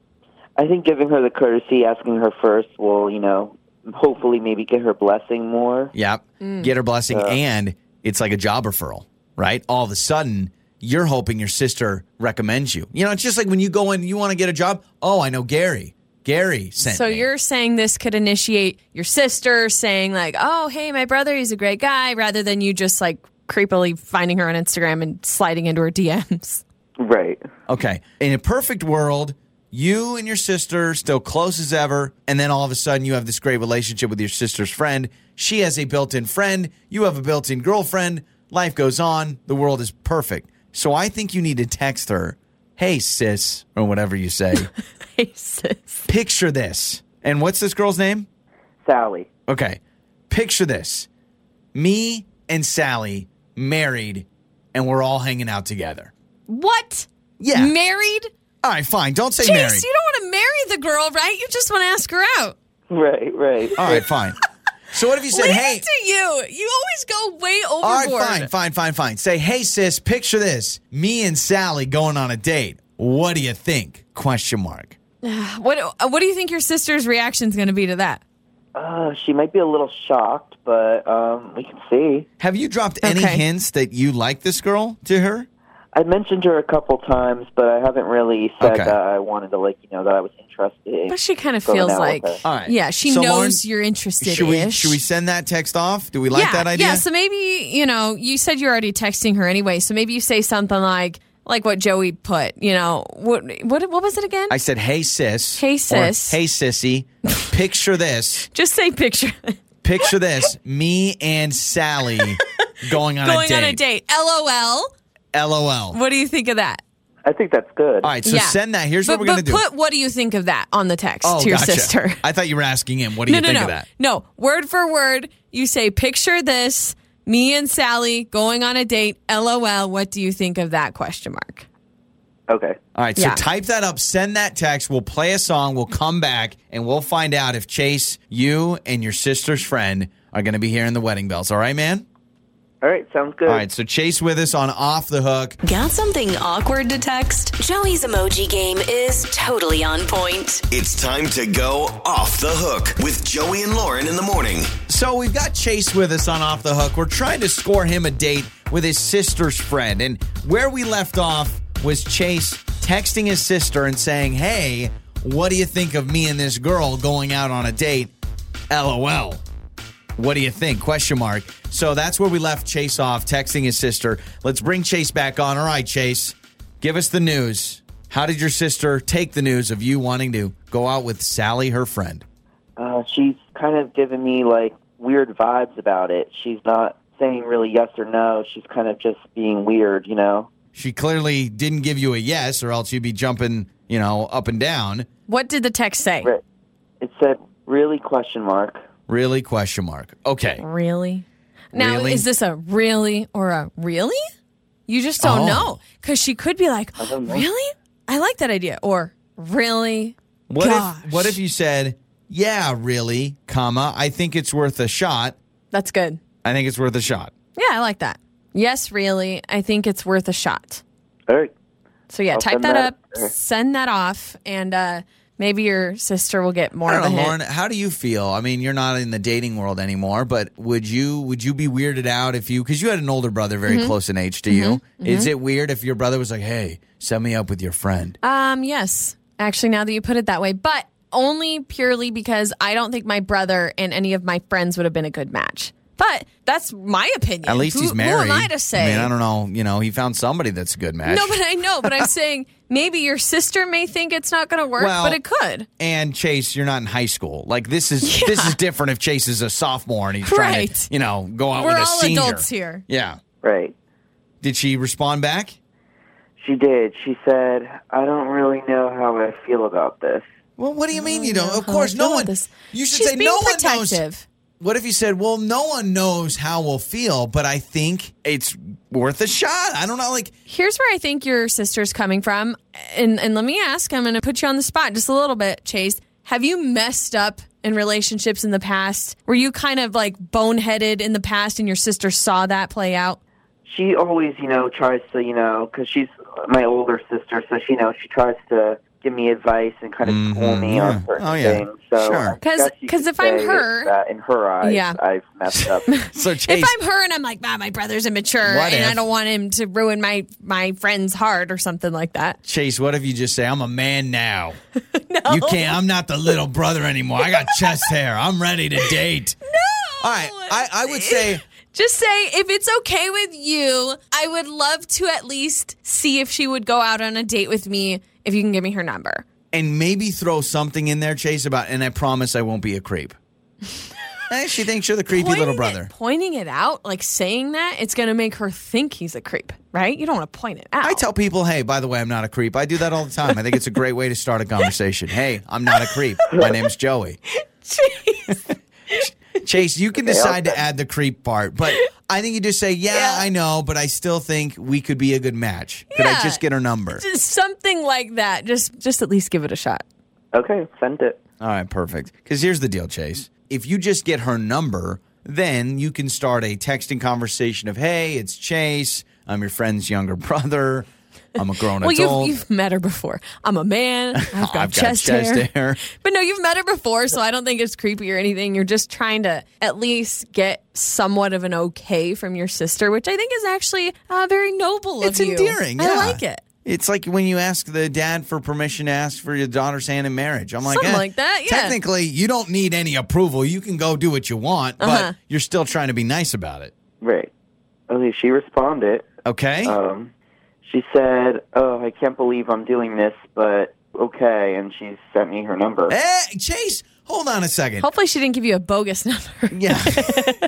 I think giving her the courtesy, asking her first, will you know, hopefully maybe get her blessing more.
Yep.
Mm.
Get her blessing. And it's like a job referral, right? All of a sudden, you're hoping your sister recommends you. You know, it's just like when you go in, you want to get a job. Oh, I know Gary. Gary sent
So
me.
you're saying this could initiate your sister saying, like, oh, hey, my brother, he's a great guy, rather than you just like creepily finding her on Instagram and sliding into her (laughs) DMs.
Right.
Okay. In a perfect world, you and your sister still close as ever, and then all of a sudden you have this great relationship with your sister's friend. She has a built-in friend, you have a built-in girlfriend. Life goes on. The world is perfect. So I think you need to text her, hey, sis, or whatever you say.
Faces.
Picture this. And what's this girl's name?
Sally.
Okay. Picture this. Me and Sally married, and we're all hanging out together.
What?
Yeah.
Married?
All right, fine. Don't say
Jeez,
married.
you don't want to marry the girl, right? You just want to ask her out.
Right, right.
All right, fine. So what if you said,
Leave
hey,
it to you. You always go way
all right,
overboard.
fine, fine, fine, fine. Say, hey, sis, picture this. Me and Sally going on a date. What do you think? Question mark.
What uh, What do you think your sister's reaction's going to be to that?
Uh, she might be a little shocked, but um, we can see.
Have you dropped any
Okay.
hints that you like this girl to her?
I mentioned her a couple times, but I haven't really said
Okay.
that I wanted to, like, you know, that I was interested. in
But she kind of
going
feels
out
like,
with her.
All right.
yeah, she
So,
knows
Lauren,
you're interested.
Should we should we send that text off? Do we like
yeah,
that idea?
Yeah, so maybe, you know, you said you're already texting her anyway, so maybe you say something like like what Joey put, you know, what what what was it again?
I said, hey, sis.
Hey,
or,
sis.
hey, sissy. Picture this.
Just say picture (laughs)
Picture this. Me and Sally
(laughs)
going on a
going
date.
on a date. LOL.
LOL.
What do you think of that?
I think that's good.
All right, so
Yeah.
send that. Here's
But,
what we're going
but
to do. Oh,
put what do you think of that on the text to your
gotcha.
sister.
I thought you were asking him, what do
(laughs) no,
you
no,
think
no.
of that?
No, word for word, you say picture this, me and Sally going on a date. LOL. What do you think of that question mark?
Okay.
All right,
Yeah.
so type that up, send that text. We'll play a song, we'll come back, and we'll find out if Chase, you, and your sister's friend are going to be hearing the wedding bells. All right, man?
All right, sounds good.
All right, so Chase with us on Off the Hook.
Got something awkward to text? Joey's emoji game is totally on point.
It's time to go off the hook with Joey and Lauren in the morning.
So we've got Chase with us on Off the Hook. We're trying to score him a date with his sister's friend. And where we left off was Chase texting his sister and saying, Hey, what do you think of me and this girl going out on a date? LOL. What do you think? Question mark. So that's where we left Chase off, texting his sister. Let's bring Chase back on. All right, Chase, give us the news. How did your sister take the news of you wanting to go out with Sally, her friend?
Uh, she's kind of giving me like weird vibes about it. She's not saying really yes or no. She's kind of just being weird, you know.
She clearly didn't give you a yes, or else you'd be jumping, you know, up and down.
What did the text say?
Right. It said really question mark.
Really? Question mark. Okay.
Really? Now,
Really?
is this a really or a really? You just don't
Oh.
know. Because she could be like,
don't know.
really? I like that idea. Or, really?
What
Gosh.
if What if you said, "Yeah, really, comma, I think it's worth a shot.
That's good.
I think it's worth a shot."
Yeah, I like that. Yes, really. I think it's worth a shot.
All right.
So, yeah,
I'll
type
send
that,
that-
up, send that off, and uh, maybe your sister will get more
I
of a
don't know,
hint.
Lauren. How do you feel? I mean, you're not in the dating world anymore, but would you would you be weirded out if you because you had an older brother very
Mm-hmm.
close in age to you? Is it weird if your brother was like, "Hey, set me up with your friend"?
Um, yes. Actually, now that you put it that way, but only purely because I don't think my brother and any of my friends would have been a good match. But that's my opinion.
At least
Uh, Who-
he's married.
Who am I to say?
mean, I don't know. You know, he found somebody that's a good match.
no, but I know. But I'm (laughs) saying maybe your sister may think it's not going to work,
Well-
but it could.
and Chase, you're not in high school. Like this
(laughs)
is this is different if Chase is a sophomore and he's trying to,
Right.
you know, go out
We're
with a
all
senior.
adults here.
Yeah.
Right.
Did she respond back?
She did. She said, "I don't really know how I feel about this."
Well, what do you mean you don't? Of
How
course,
I
no
feel
one.
about Oh this.
You should
She's
say
being
no
protective.
one knows. What if you said, "Well, no one knows how we'll feel, but I think it's worth a shot." I don't know. Like,
Here's where I think your sister's coming from. And, and let me ask, I'm going to put you on the spot just a little bit, Chase. Have you messed up in relationships in the past? Were you kind of like boneheaded in the past and your sister saw that play out?
She always, you know, tries to, you know, because she's my older sister, so she knows she tries to give me advice and kind of school me
Mm-hmm. yeah.
on certain
Oh, yeah.
things. So
Sure.
I guess you
'Cause- 'cause
could
if I'm
say
her-
that in her eyes,
Yeah.
I've messed up.
(laughs)
so Chase.
If I'm her and I'm like, wow, my brother's immature
What
and
if-
I don't want him to ruin my, my friend's heart or something like that.
Chase, what if you just say, I'm a man
(laughs)
now? You can't, I'm not the little brother anymore. I got chest hair. I'm ready to
(laughs)
date. No. All right. I, I would say,
Just say, if it's okay with you, I would love to at least see if she would go out on a date with me if you can give me her number.
and maybe throw something in there, Chase, about, and I promise I won't be a
(laughs)
creep. Eh, she thinks you're the creepy little
Pointing
brother.
It, pointing it out, like saying that, it's going to make her think he's a creep, right? You don't want to point it out.
I tell people, hey, by the way, I'm not a creep. I do that all the time. I think it's a great way to start
(laughs)
a conversation. Hey, I'm not a creep. My name's Joey. Chase, you can decide to add the creep part, but I think you just say, yeah,
Yeah.
I know, but I still think we could be a good match. Could I
Yeah.
just get her number?
Just something like that. Just just at least give it a shot.
Okay, send it.
All right, perfect. Because here's the deal, Chase. If you just get her number, then you can start a texting conversation of, hey, it's Chase. I'm your friend's younger (laughs) brother. I'm a grown
Well,
adult.
you've, you've met her before. I'm
(laughs)
a man. I've got,
I've
chest,
got chest
hair.
hair.
(laughs) But no, you've met her before, so I don't think it's creepy or anything. You're just trying to at least get somewhat of an okay from your sister, which I think is actually uh, very noble of
It's
you.
endearing.
I
yeah.
like it.
It's like when you ask the dad for permission to ask for your daughter's hand in marriage. I'm like,
Something
eh,
like that, yeah.
Technically, you don't need any approval. You can go do what you want,
Uh-huh.
but you're still trying to be nice about it.
Right. Okay, she responded.
Okay.
Um, she said, "Oh, I can't believe I'm doing this, but okay." And she sent me her number.
hey, Eh, Chase, hold on a second.
Hopefully, she didn't give you a bogus (laughs) number.
Yeah.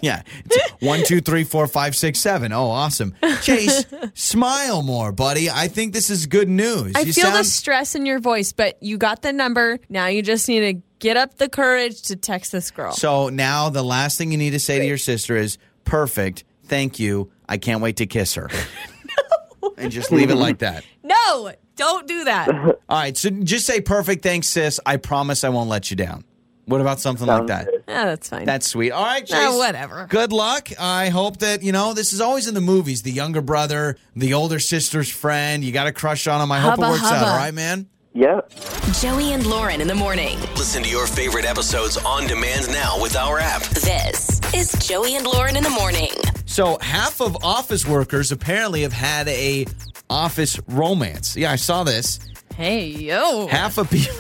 yeah. It's one, two, three, four, five, six, seven. Oh, awesome. Chase, smile more, buddy. I think this is good news.
I
you
feel the
sound
stress in your voice, but you got the number. Now you just need to get up the courage to text this girl.
so now the last thing you need to say to your sister is perfect. Thank you. I can't wait to kiss
(laughs)
her. And just leave it like that.
no, don't
(laughs)
do that.
All right. So just say perfect. Thanks, sis. I promise I won't let you down. What about something like
Sounds
that?
good.
Yeah, that's fine.
That's sweet. All right, Chase.
Ah, whatever.
Good luck. I hope that, you know, this is always in the movies the younger brother, the older sister's friend. You got a crush on him. I hope it
Hubba
works out.
hubba.
All right, man?
Yep.
Joey and Lauren in the morning.
Listen to your favorite episodes on demand now with our app.
This is Joey and Lauren in the morning.
So, half of office workers apparently have had a office romance. Yeah, I saw this.
hey, yo.
Half of people.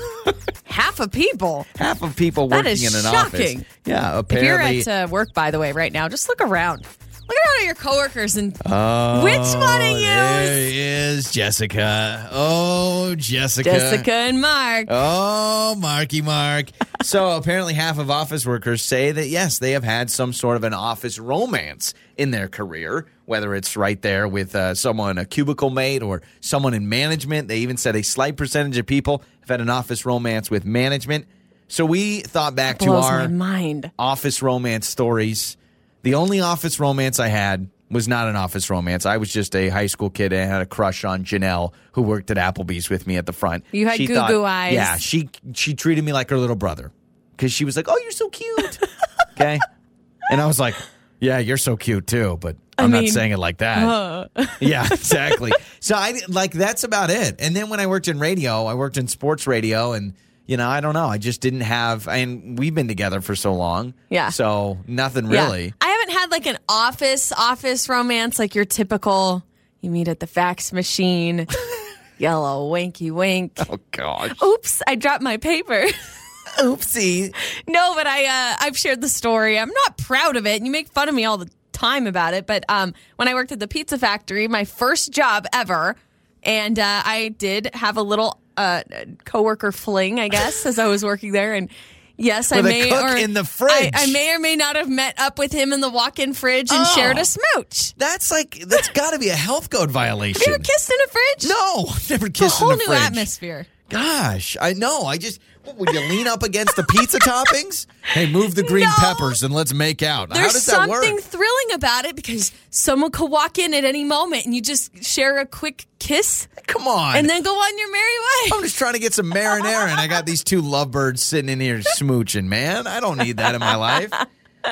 half of people.
(laughs) Half of people
That
working
is
in an
shocking.
office. Yeah,
If you're
apparently.
at uh, work, by the way, right now, just look around. Look at all your coworkers and which one
Oh,
of
There
you?
is Jessica. Oh, Jessica.
Jessica and Mark.
(laughs) Oh, Marky Mark. so apparently, half of office workers say that yes, they have had some sort of an office romance in their career, whether it's right there with uh, someone, a cubicle mate, or someone in management. They even said a slight percentage of people have had an office romance with management. So we thought back to
Blows
our
my mind.
office romance stories. The only office romance I had was not an office romance. I was just a high school kid and had a crush on Janelle, who worked at Applebee's with me at the front.
You had
She
goo-goo eyes.
Yeah, she she treated me like her little brother because she was like, "Oh, you're so
(laughs)
cute." okay, and I was like, "Yeah, you're so cute too," but I'm not
mean,
saying it like that.
Uh,
Yeah, (laughs) exactly. so I like that's about it. And then when I worked in radio, I worked in sports radio, and you know, I don't know, I just didn't have. And we've been together for so long,
Yeah.
So nothing
Yeah.
really.
I haven't had like an office office romance like your typical you meet at the
(laughs)
fax machine. Yellow winky wink.
Oh gosh,
Oops, I dropped my paper.
(laughs) oopsie.
No, but I uh, I've shared the story. I'm not proud of it, and you make fun of me all the time about it. But um, when I worked at the pizza factory, my first job ever, and uh, I did have a little uh, coworker fling, I guess, as I was working there, and. Yes, I
With a
may
cook
or
in the
I,
fridge.
I may or may not have met up with him in the walk-in fridge and
Oh.
shared a smooch.
That's like
(laughs)
that's got to be a health code violation.
You ever kissed in a fridge?
no, (laughs) I've never
it's a
kissed
whole
in a
new
fridge.
atmosphere.
Gosh, I know. I just what, would you lean up against the pizza toppings? Hey, move the green
(laughs) No.
peppers and let's make out. How
There's
does that work?
something thrilling about it because someone could walk in at any moment and you just share a quick kiss
Come on.
and then go on your merry way.
I'm just trying to get some marinara, and I got these two lovebirds sitting in here smooching, man. I don't need that in my life.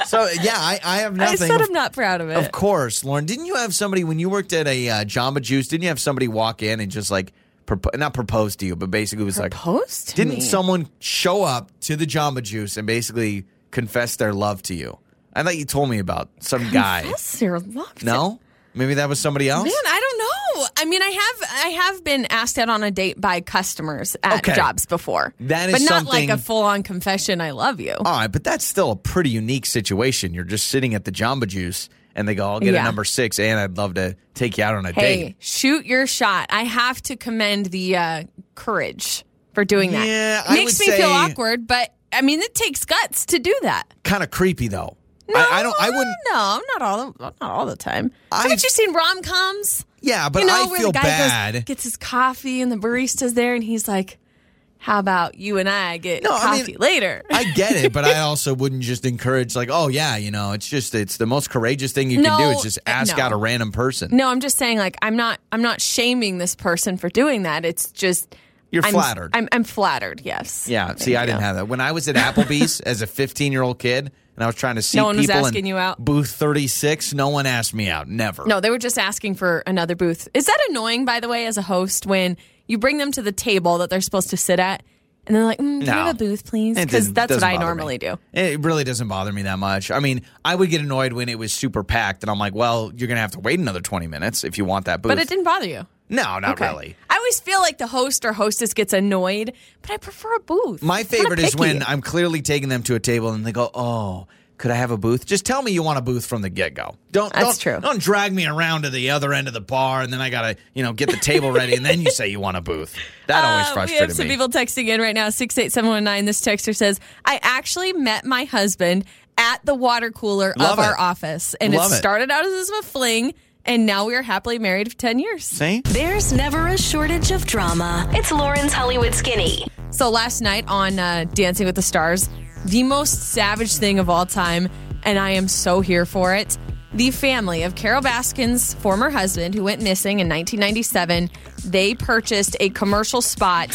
So, yeah, I, I have
I
nothing.
said I'm not proud of it.
Of course, Lauren, didn't you have somebody, when you worked at a uh, Jamba Juice, didn't you have somebody walk in and just like, propo- not propose to you, but basically was like,
Post? to
didn't
me.
someone show up to the Jamba Juice and basically confess their love to you? I thought you told me about some guy.
Yes, you're loved.
No? Maybe that was somebody else?
Man, I don't know. I mean, I have I have been asked out on a date by customers at
Okay.
jobs before.
That is
but not
something-
like a full on confession. I love you.
All right, but that's still a pretty unique situation. You're just sitting at the Jamba Juice, and they go, "I'll get a
Yeah.
number six, and I'd love to take you out on a
hey,
date."
shoot your shot. I have to commend the uh, courage for doing that.
Yeah, I
makes
would
me feel
say-
awkward, but I mean, it takes guts to do that.
Kind of creepy, though.
No,
I, I don't. I wouldn't.
No, not all. Not all the time.
I-
Haven't you seen rom coms?
Yeah, but
you know,
I
where
feel
the guy
bad.
Goes, gets his coffee and the barista's there, and he's like, "How about you and I get
No, I
coffee
mean-
later?"
I get it, but
(laughs)
I also wouldn't just encourage like, oh yeah, you know, it's just it's the most courageous thing you can
No,
do is just ask
no.
out a random person.
no, I'm just saying, like, I'm not, I'm not shaming this person for doing that. It's just
You're
I'm,
flattered.
I'm, I'm flattered. Yes.
yeah,
There
see,
you
I didn't
go.
have that when I was at
(laughs)
Applebee's as a 15 year old kid, and I was trying to see
No one was
people in
asking you out?
booth 36. No one asked me out. Never.
No, they were just asking for another booth. Is that annoying, by the way, as a host when you bring them to the table that they're supposed to sit at, and they're like, mm, "Can
No.
I have a booth, please?"
It
Because
didn't-
that's what
doesn't
I
bother
normally
me.
do.
It really doesn't bother me that much. I mean, I would get annoyed when it was super packed, and I'm like, well, you're gonna have to wait another 20 minutes if you want that booth.
But it didn't bother you.
No, not
Okay.
really.
I always feel like the host or hostess gets annoyed, but I prefer a booth.
My
It's kinda
favorite is
picky.
when I'm clearly taking them to a table and they go, "Oh, could I have a booth?" Just tell me you want a booth from the get go. Don't
That's
don't,
true.
Don't drag me around to the other end of the bar and then I gotta you know get the table ready and then you say you want a booth. That always
Uh, we have
frustrated
some
me.
people texting in right now. Six eight seven one nine. This texter says, "I actually met my husband at the water cooler
Love
of our
it.
office, and
Love
it
it.
started out as a fling, and now we are happily married for ten years."
See,
There's never a shortage of drama. It's Lauren's Hollywood Skinny.
So last night on uh, Dancing with the Stars, the most savage thing of all time, and I am so here for it. The family of Carol Baskin's former husband, who went missing in 1997, they purchased a
(laughs)
commercial spot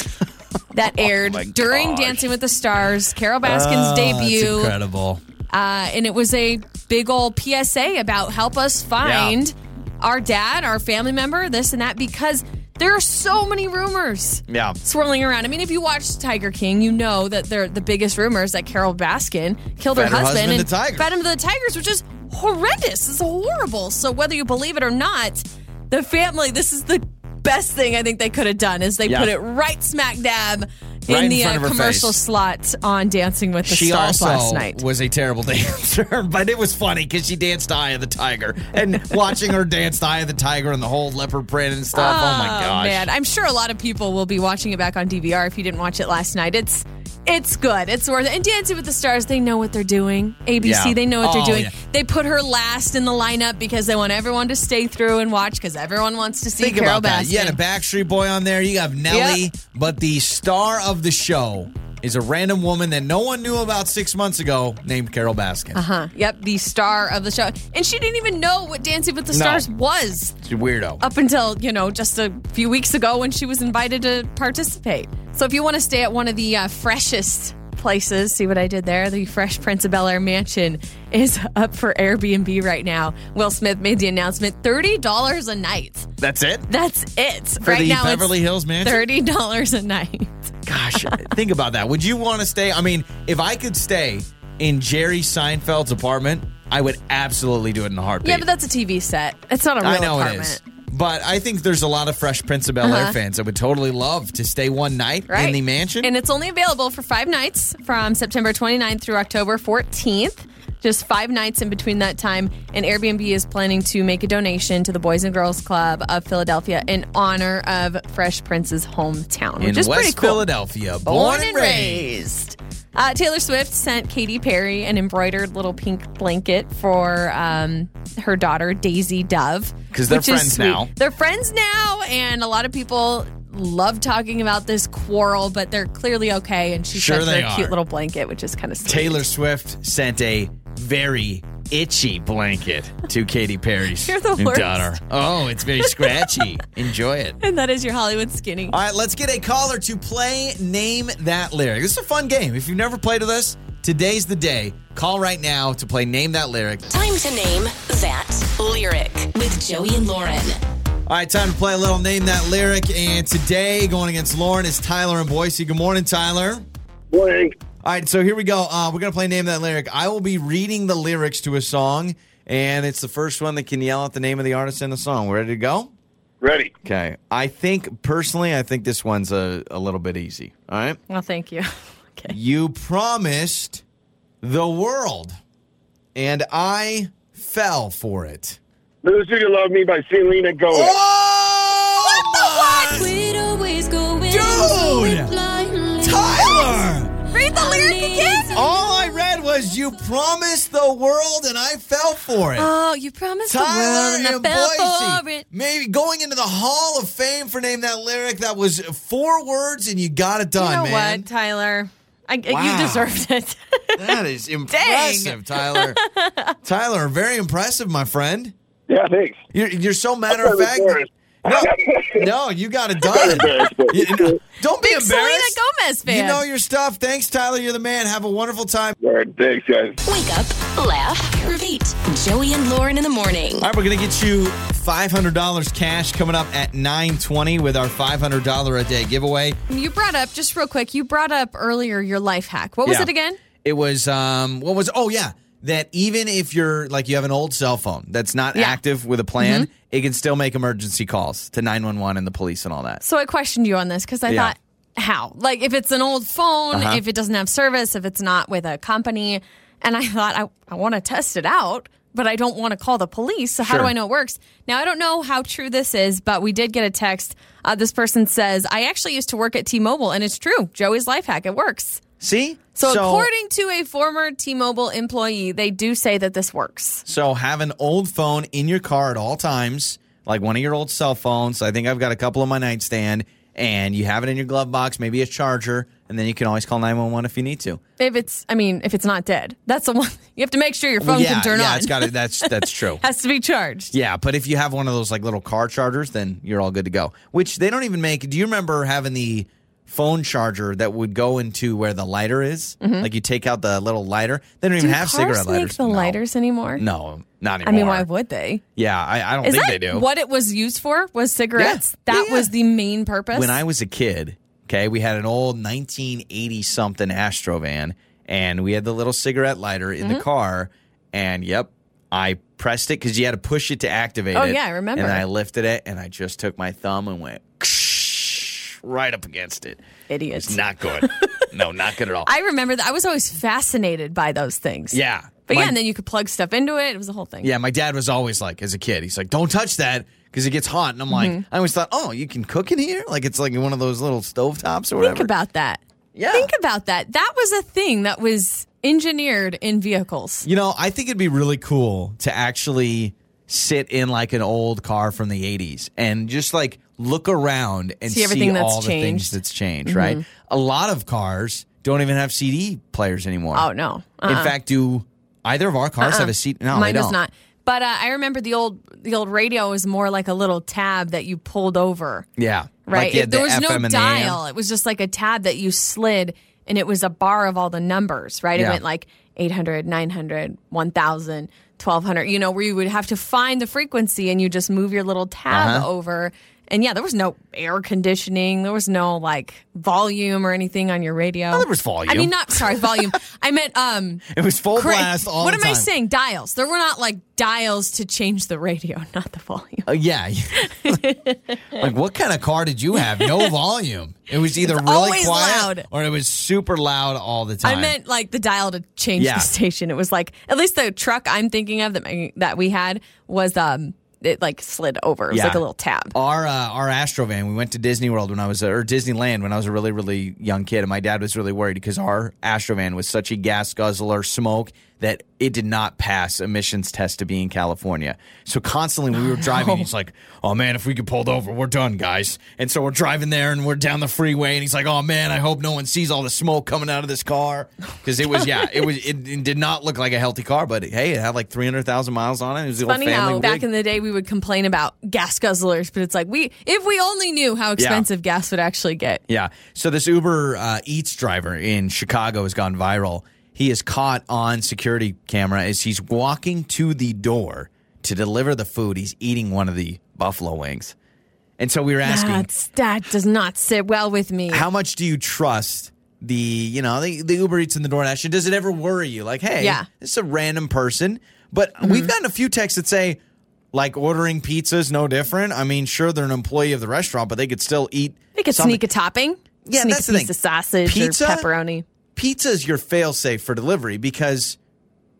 that
Oh
aired during Dancing with the Stars, Carol Baskin's
That's
debut, uh,
incredible.
and it was a big old PSA about help us find our dad, our family member, this and that, because there are so many rumors
Yeah,
swirling around. I mean, if you watch Tiger King, you know that they're the biggest rumors that Carol Baskin killed her
Fed her
husband,
husband
and
to tigers.
fed him to the tigers, which is horrendous. It's horrible. So whether you believe it or not, the family, this is the best thing I think they could have done is they
Yeah.
put it right smack dab
Right
in
in
the uh,
front of her
commercial
face.
slot on Dancing with the
she
Stars
also
last night.
was a terrible (laughs) dancer, but it was funny because she danced to Eye of the Tiger,
(laughs)
and watching her dance to Eye of the Tiger and the whole leopard print and stuff. Oh, my gosh!
man, I'm sure a lot of people will be watching it back on DVR if you didn't watch it last night. It's it's good. It's worth it. And Dancing with the Stars, they know what they're doing. ABC,
Yeah.
they know what
Oh,
they're doing.
yeah.
They put her last in the lineup because they want everyone to stay through and watch because everyone wants to see
Think
Carol
about that.
Baskin.
You had a Backstreet Boy on there. You have Nelly,
Yep.
but the star of the show is a random woman that no one knew about six months ago named Carol Baskin. Uh-huh.
Huh. Yep, the star of the show. And she didn't even know what Dancing with the
No.
Stars was
She's a weirdo.
up until, you know, just a few weeks ago when she was invited to participate. So if you want to stay at one of the uh, freshest places, see what I did there? The Fresh Prince of Bel Air mansion is (laughs) up for Airbnb right now. Will Smith made the announcement $30 a night.
That's it.
That's it.
For
right
the
now,
Beverly
it's
Hills Mansion.
$30 a night.
(laughs) Gosh, think about that. Would you want to stay? I mean, if I could stay in Jerry Seinfeld's apartment, I would absolutely do it in a heartbeat.
Yeah, but that's a TV set. It's not a real
I know
apartment. Uh-huh.
it is. But I think there's a lot of Fresh Prince of Bel Air fans that would totally love to stay one night
right?
in the mansion.
And it's only available for five nights from September 29th through October 14th. Just five nights in between that time. And Airbnb is planning to make a donation to the Boys and Girls Club of Philadelphia in honor of Fresh Prince's hometown,
in
which is
West
pretty cool.
Philadelphia, born,
Born
and
and
raised.
raised. Uh, Taylor Swift sent Katy Perry an embroidered little pink blanket for um, her daughter Daisy Dove
'Cause they're
which is
friends
sweet.
now.
They're friends now, and a lot of people love talking about this quarrel, but they're clearly okay. And she
Sure
sent her
they
a cute
are.
little blanket, which is kind of sweet.
Taylor Swift sent a very itchy blanket to Katy Perry's
(laughs) You're the worst.
daughter. Oh, it's very
(laughs)
scratchy. Enjoy it.
(laughs) and that is your Hollywood skinny.
All right, let's get a caller to play Name That Lyric. This is a fun game. If you've never played with us, today's the day. Call right now to play Name That Lyric.
Time to name that lyric with Joey and Lauren.
All right, time to play a little Name That Lyric. And today, going against Lauren, is Tyler and Boise. Good morning, Tyler.
Morning.
All right, so here we go. Uh, we're going to play Name That Lyric. I will be reading the lyrics to a song, and it's the first one that can yell out the name of the artist and the song. We're ready to go?
Ready.
Okay. I think, personally, I think this one's a, a little bit easy. All right.
Well, thank you. (laughs) okay.
You promised the world, and I fell for it.
Loser You Love Me by Selena Gomez.
Oh!
We'd always go in
Dude!
blindly.
Tyler!
Read the lyric again.
Oh. All I read was was You Promised the World and I Fell For It.
Oh, you promised
Tyler
the world and I fell
and
for
Boise.
it.
Maybe going into the Hall of Fame for name that lyric. That was four words and you got it done,
you know
man.
what, Tyler? I,
Wow.
You deserved
(laughs)
it. (laughs)
That is impressive, Tyler. Tyler, very impressive, my friend.
Yeah, thanks.
You're, you're so matter of fact.
Embarrassed.
No, no, you got it done.
Embarrassed, but-
You- no, don't be
Big Selena
embarrassed.
Gomez fan.
You know your stuff. Thanks, Tyler. You're the man. Have a wonderful time.
All right, thanks, guys.
Wake up, laugh, repeat. Joey and Lauren in the morning.
All right, we're gonna get you five hundred dollars cash coming up at nine twenty with our five hundred dollar a day giveaway.
you brought up just real quick. You brought up earlier your life hack. What was
Yeah.
it again?
It was um what was oh yeah that even if you're like you have an old cell phone that's not
Yeah. Mm-hmm.
active with a plan, it can still make emergency calls to nine one one and the police and all that.
So I questioned you on this because I
Yeah. Uh-huh.
thought, how? Like, if it's an old phone, if it doesn't have service, if it's not with a company. And I thought, I, I want to test it out, but I don't want to call the police. So, how do
Sure.
I know it works? Now, I don't know how true this is, but we did get a text. Uh, this person says, I actually used to work at T Mobile, and it's true. Joey's life hack, it works.
See,
So, according to a former T Mobile employee, they do say that this works.
So have an old phone in your car at all times, like one of your old cell phones. I think I've got a couple on my nightstand, and you have it in your glove box, maybe a charger, and then you can always call nine one one if you need to.
If it's, I mean, if it's not dead, that's the one (laughs) you have to make sure your phone
Well, yeah,
can turn
yeah,
on.
it's got it. That's that's true.
(laughs) Has to be charged.
Yeah, but if you have one of those like little car chargers, then you're all good to go. Which they don't even make. Do you remember having the phone charger that would go into where the lighter is? Like you take out the little lighter. They don't even
Mm-hmm. Do
have
cars
cigarette
make
lighters.
the
No.
lighters anymore?
No, not
I
anymore.
mean, why would they?
Yeah, I, I don't
Is
think
that
they do.
what it was used for? Was cigarettes?
Yeah.
That
Yeah, yeah.
was the main purpose.
when I was a kid, okay, we had an old 1980 something Astrovan and we had the little cigarette lighter in
Mm-hmm.
the car. And yep, I pressed it because you had to push it to activate
Oh,
it.
yeah, I remember.
And I lifted it and I just took my thumb and went right up against it.
idiots.
It's not
(laughs)
good. no, not good at all.
I remember that I was always fascinated by those things.
yeah.
but
My-
yeah, and then you could plug stuff into it. It was a whole thing.
Yeah, my dad was always like, as a kid, he's like, "Don't touch that because it gets hot." And I'm like,
Mm-hmm.
I always thought, "Oh, you can cook in here? Like it's like one of those little stovetops or whatever."
Think about that.
Yeah.
Think about that. That was a thing that was engineered in vehicles.
You know, I think it'd be really cool to actually sit in like an old car from the 80s and just like look around and
See everything that's
all the things
changed. Mm-hmm.
that's changed, right? A lot of cars don't even have CD players anymore.
Oh no.
In
Uh-uh.
fact, do either of our cars have a CD? No, they
Mine does
don't.
not. But uh, I remember the old the old radio was more like a little tab that you pulled over.
Yeah.
right?
Like, yeah,
there
the
was
FM and the
no dial.
AM.
It was just like a tab that you slid, and it was a bar of all the numbers, right?
Yeah.
It went like 800, 900, 1000, 1200, you know, where you would have to find the frequency and you just move your little tab
Uh-huh.
over. And yeah, there was no air conditioning. There was no like volume or anything on your radio.
Oh, there was volume.
I mean, not
(laughs)
sorry, volume. I meant um.
It was full
cra-
blast all
what
the
am
time.
I saying? Dials. There were not like dials to change the radio, (laughs) not the volume.
Uh, yeah. (laughs) like, what kind of car did you have?
(laughs)
No volume. It was either really
always
quiet
loud.
or it was super loud all the time.
I meant like the dial to change
Yeah.
the (laughs) station. It was like at least the truck I'm thinking of that my, that we had was um it like slid over. It was
Yeah.
like a little tab.
our uh, our Astrovan. We went to Disney World when I was or Disneyland when I was a really really young kid, and my dad was really worried because our Astrovan was such a gas guzzler smoke that it did not pass emissions test to be in California. So constantly when we were
(laughs)
driving, he's like, "Oh man, if we get pulled over, we're done, guys." And so we're driving there and we're down the freeway, and he's like, "Oh man, I hope no one sees all the smoke coming out of this car because it was yeah, it was it, it did not look like a healthy car, but hey, it had like three hundred thousand miles on it. It was the old
Funny
family
how
rig.
back in the day we would complain about gas guzzlers, but it's like we if we only knew how expensive gas would actually get.
Yeah. So this Uber uh, Eats driver in Chicago has gone viral. He is caught on security camera as he's walking to the door to deliver the food. He's eating one of the buffalo wings. And so we were asking,
That's, that does not sit well with me.
how much do you trust the, you know, the, the Uber Eats and the DoorDash? And does it ever worry you? Like, hey,
Yeah. Mm-hmm.
this is a random person. But we've gotten a few texts that say, like ordering pizza is no different. I mean, sure, they're an employee of the restaurant, but they could still eat.
they could
something.
sneak a topping.
Yeah,
sneak
that's
a
the
piece
thing.
of sausage
Pizza?
or pepperoni.
pizza is your fail safe for delivery because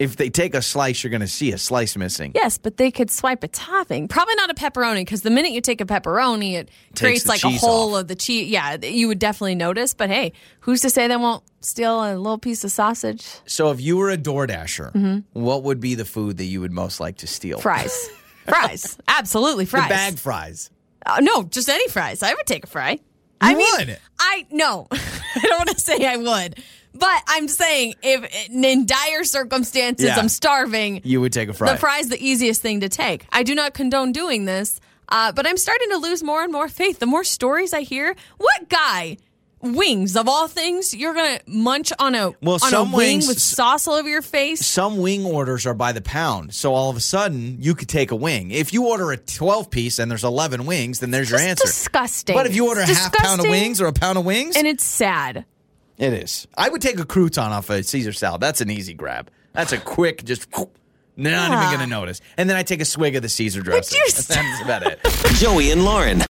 If they take a slice, you're going to see a slice missing.
Yes, but they could swipe a topping. Probably not a pepperoni because the minute you take a pepperoni, it creates
the
like a
cheese
hole
off.
of the cheese. Yeah, th- you would definitely notice. But hey, who's to say they won't steal a little piece of sausage?
So if you were a DoorDasher, what would be the food that you would most like to steal? (laughs)
Mm-hmm. Fries, fries, absolutely
The
fries.
bag fries.
Uh, no, just any fries. I would take a fry. I
You
mean,
would.
I no, (laughs) I don't want to say I would, but I'm saying if in dire circumstances
Yeah.
I'm starving,
You would take a fry.
The fry's the easiest thing to take. I do not condone doing this, uh, but I'm starting to lose more and more faith. The more stories I hear, what guy? Wings of all things, you're gonna munch on a
Well,
on a
some
wing
wings-
with sauce all over your face.
Some wing orders are by the pound. So all of a sudden, you could take a wing. If you order a 12 piece and there's 11 wings, then there's your
It's
answer.
disgusting.
But if you order a
It's
half pound of
disgusting,
wings or a pound of wings,
and it's sad.
it is. I would take a crouton off a Caesar salad. That's an easy grab. That's a quick, just (laughs) not even
Yeah.
going to notice. And then I take a swig of the Caesar dressing.
you stop?
That's about it.
Joey and Lauren.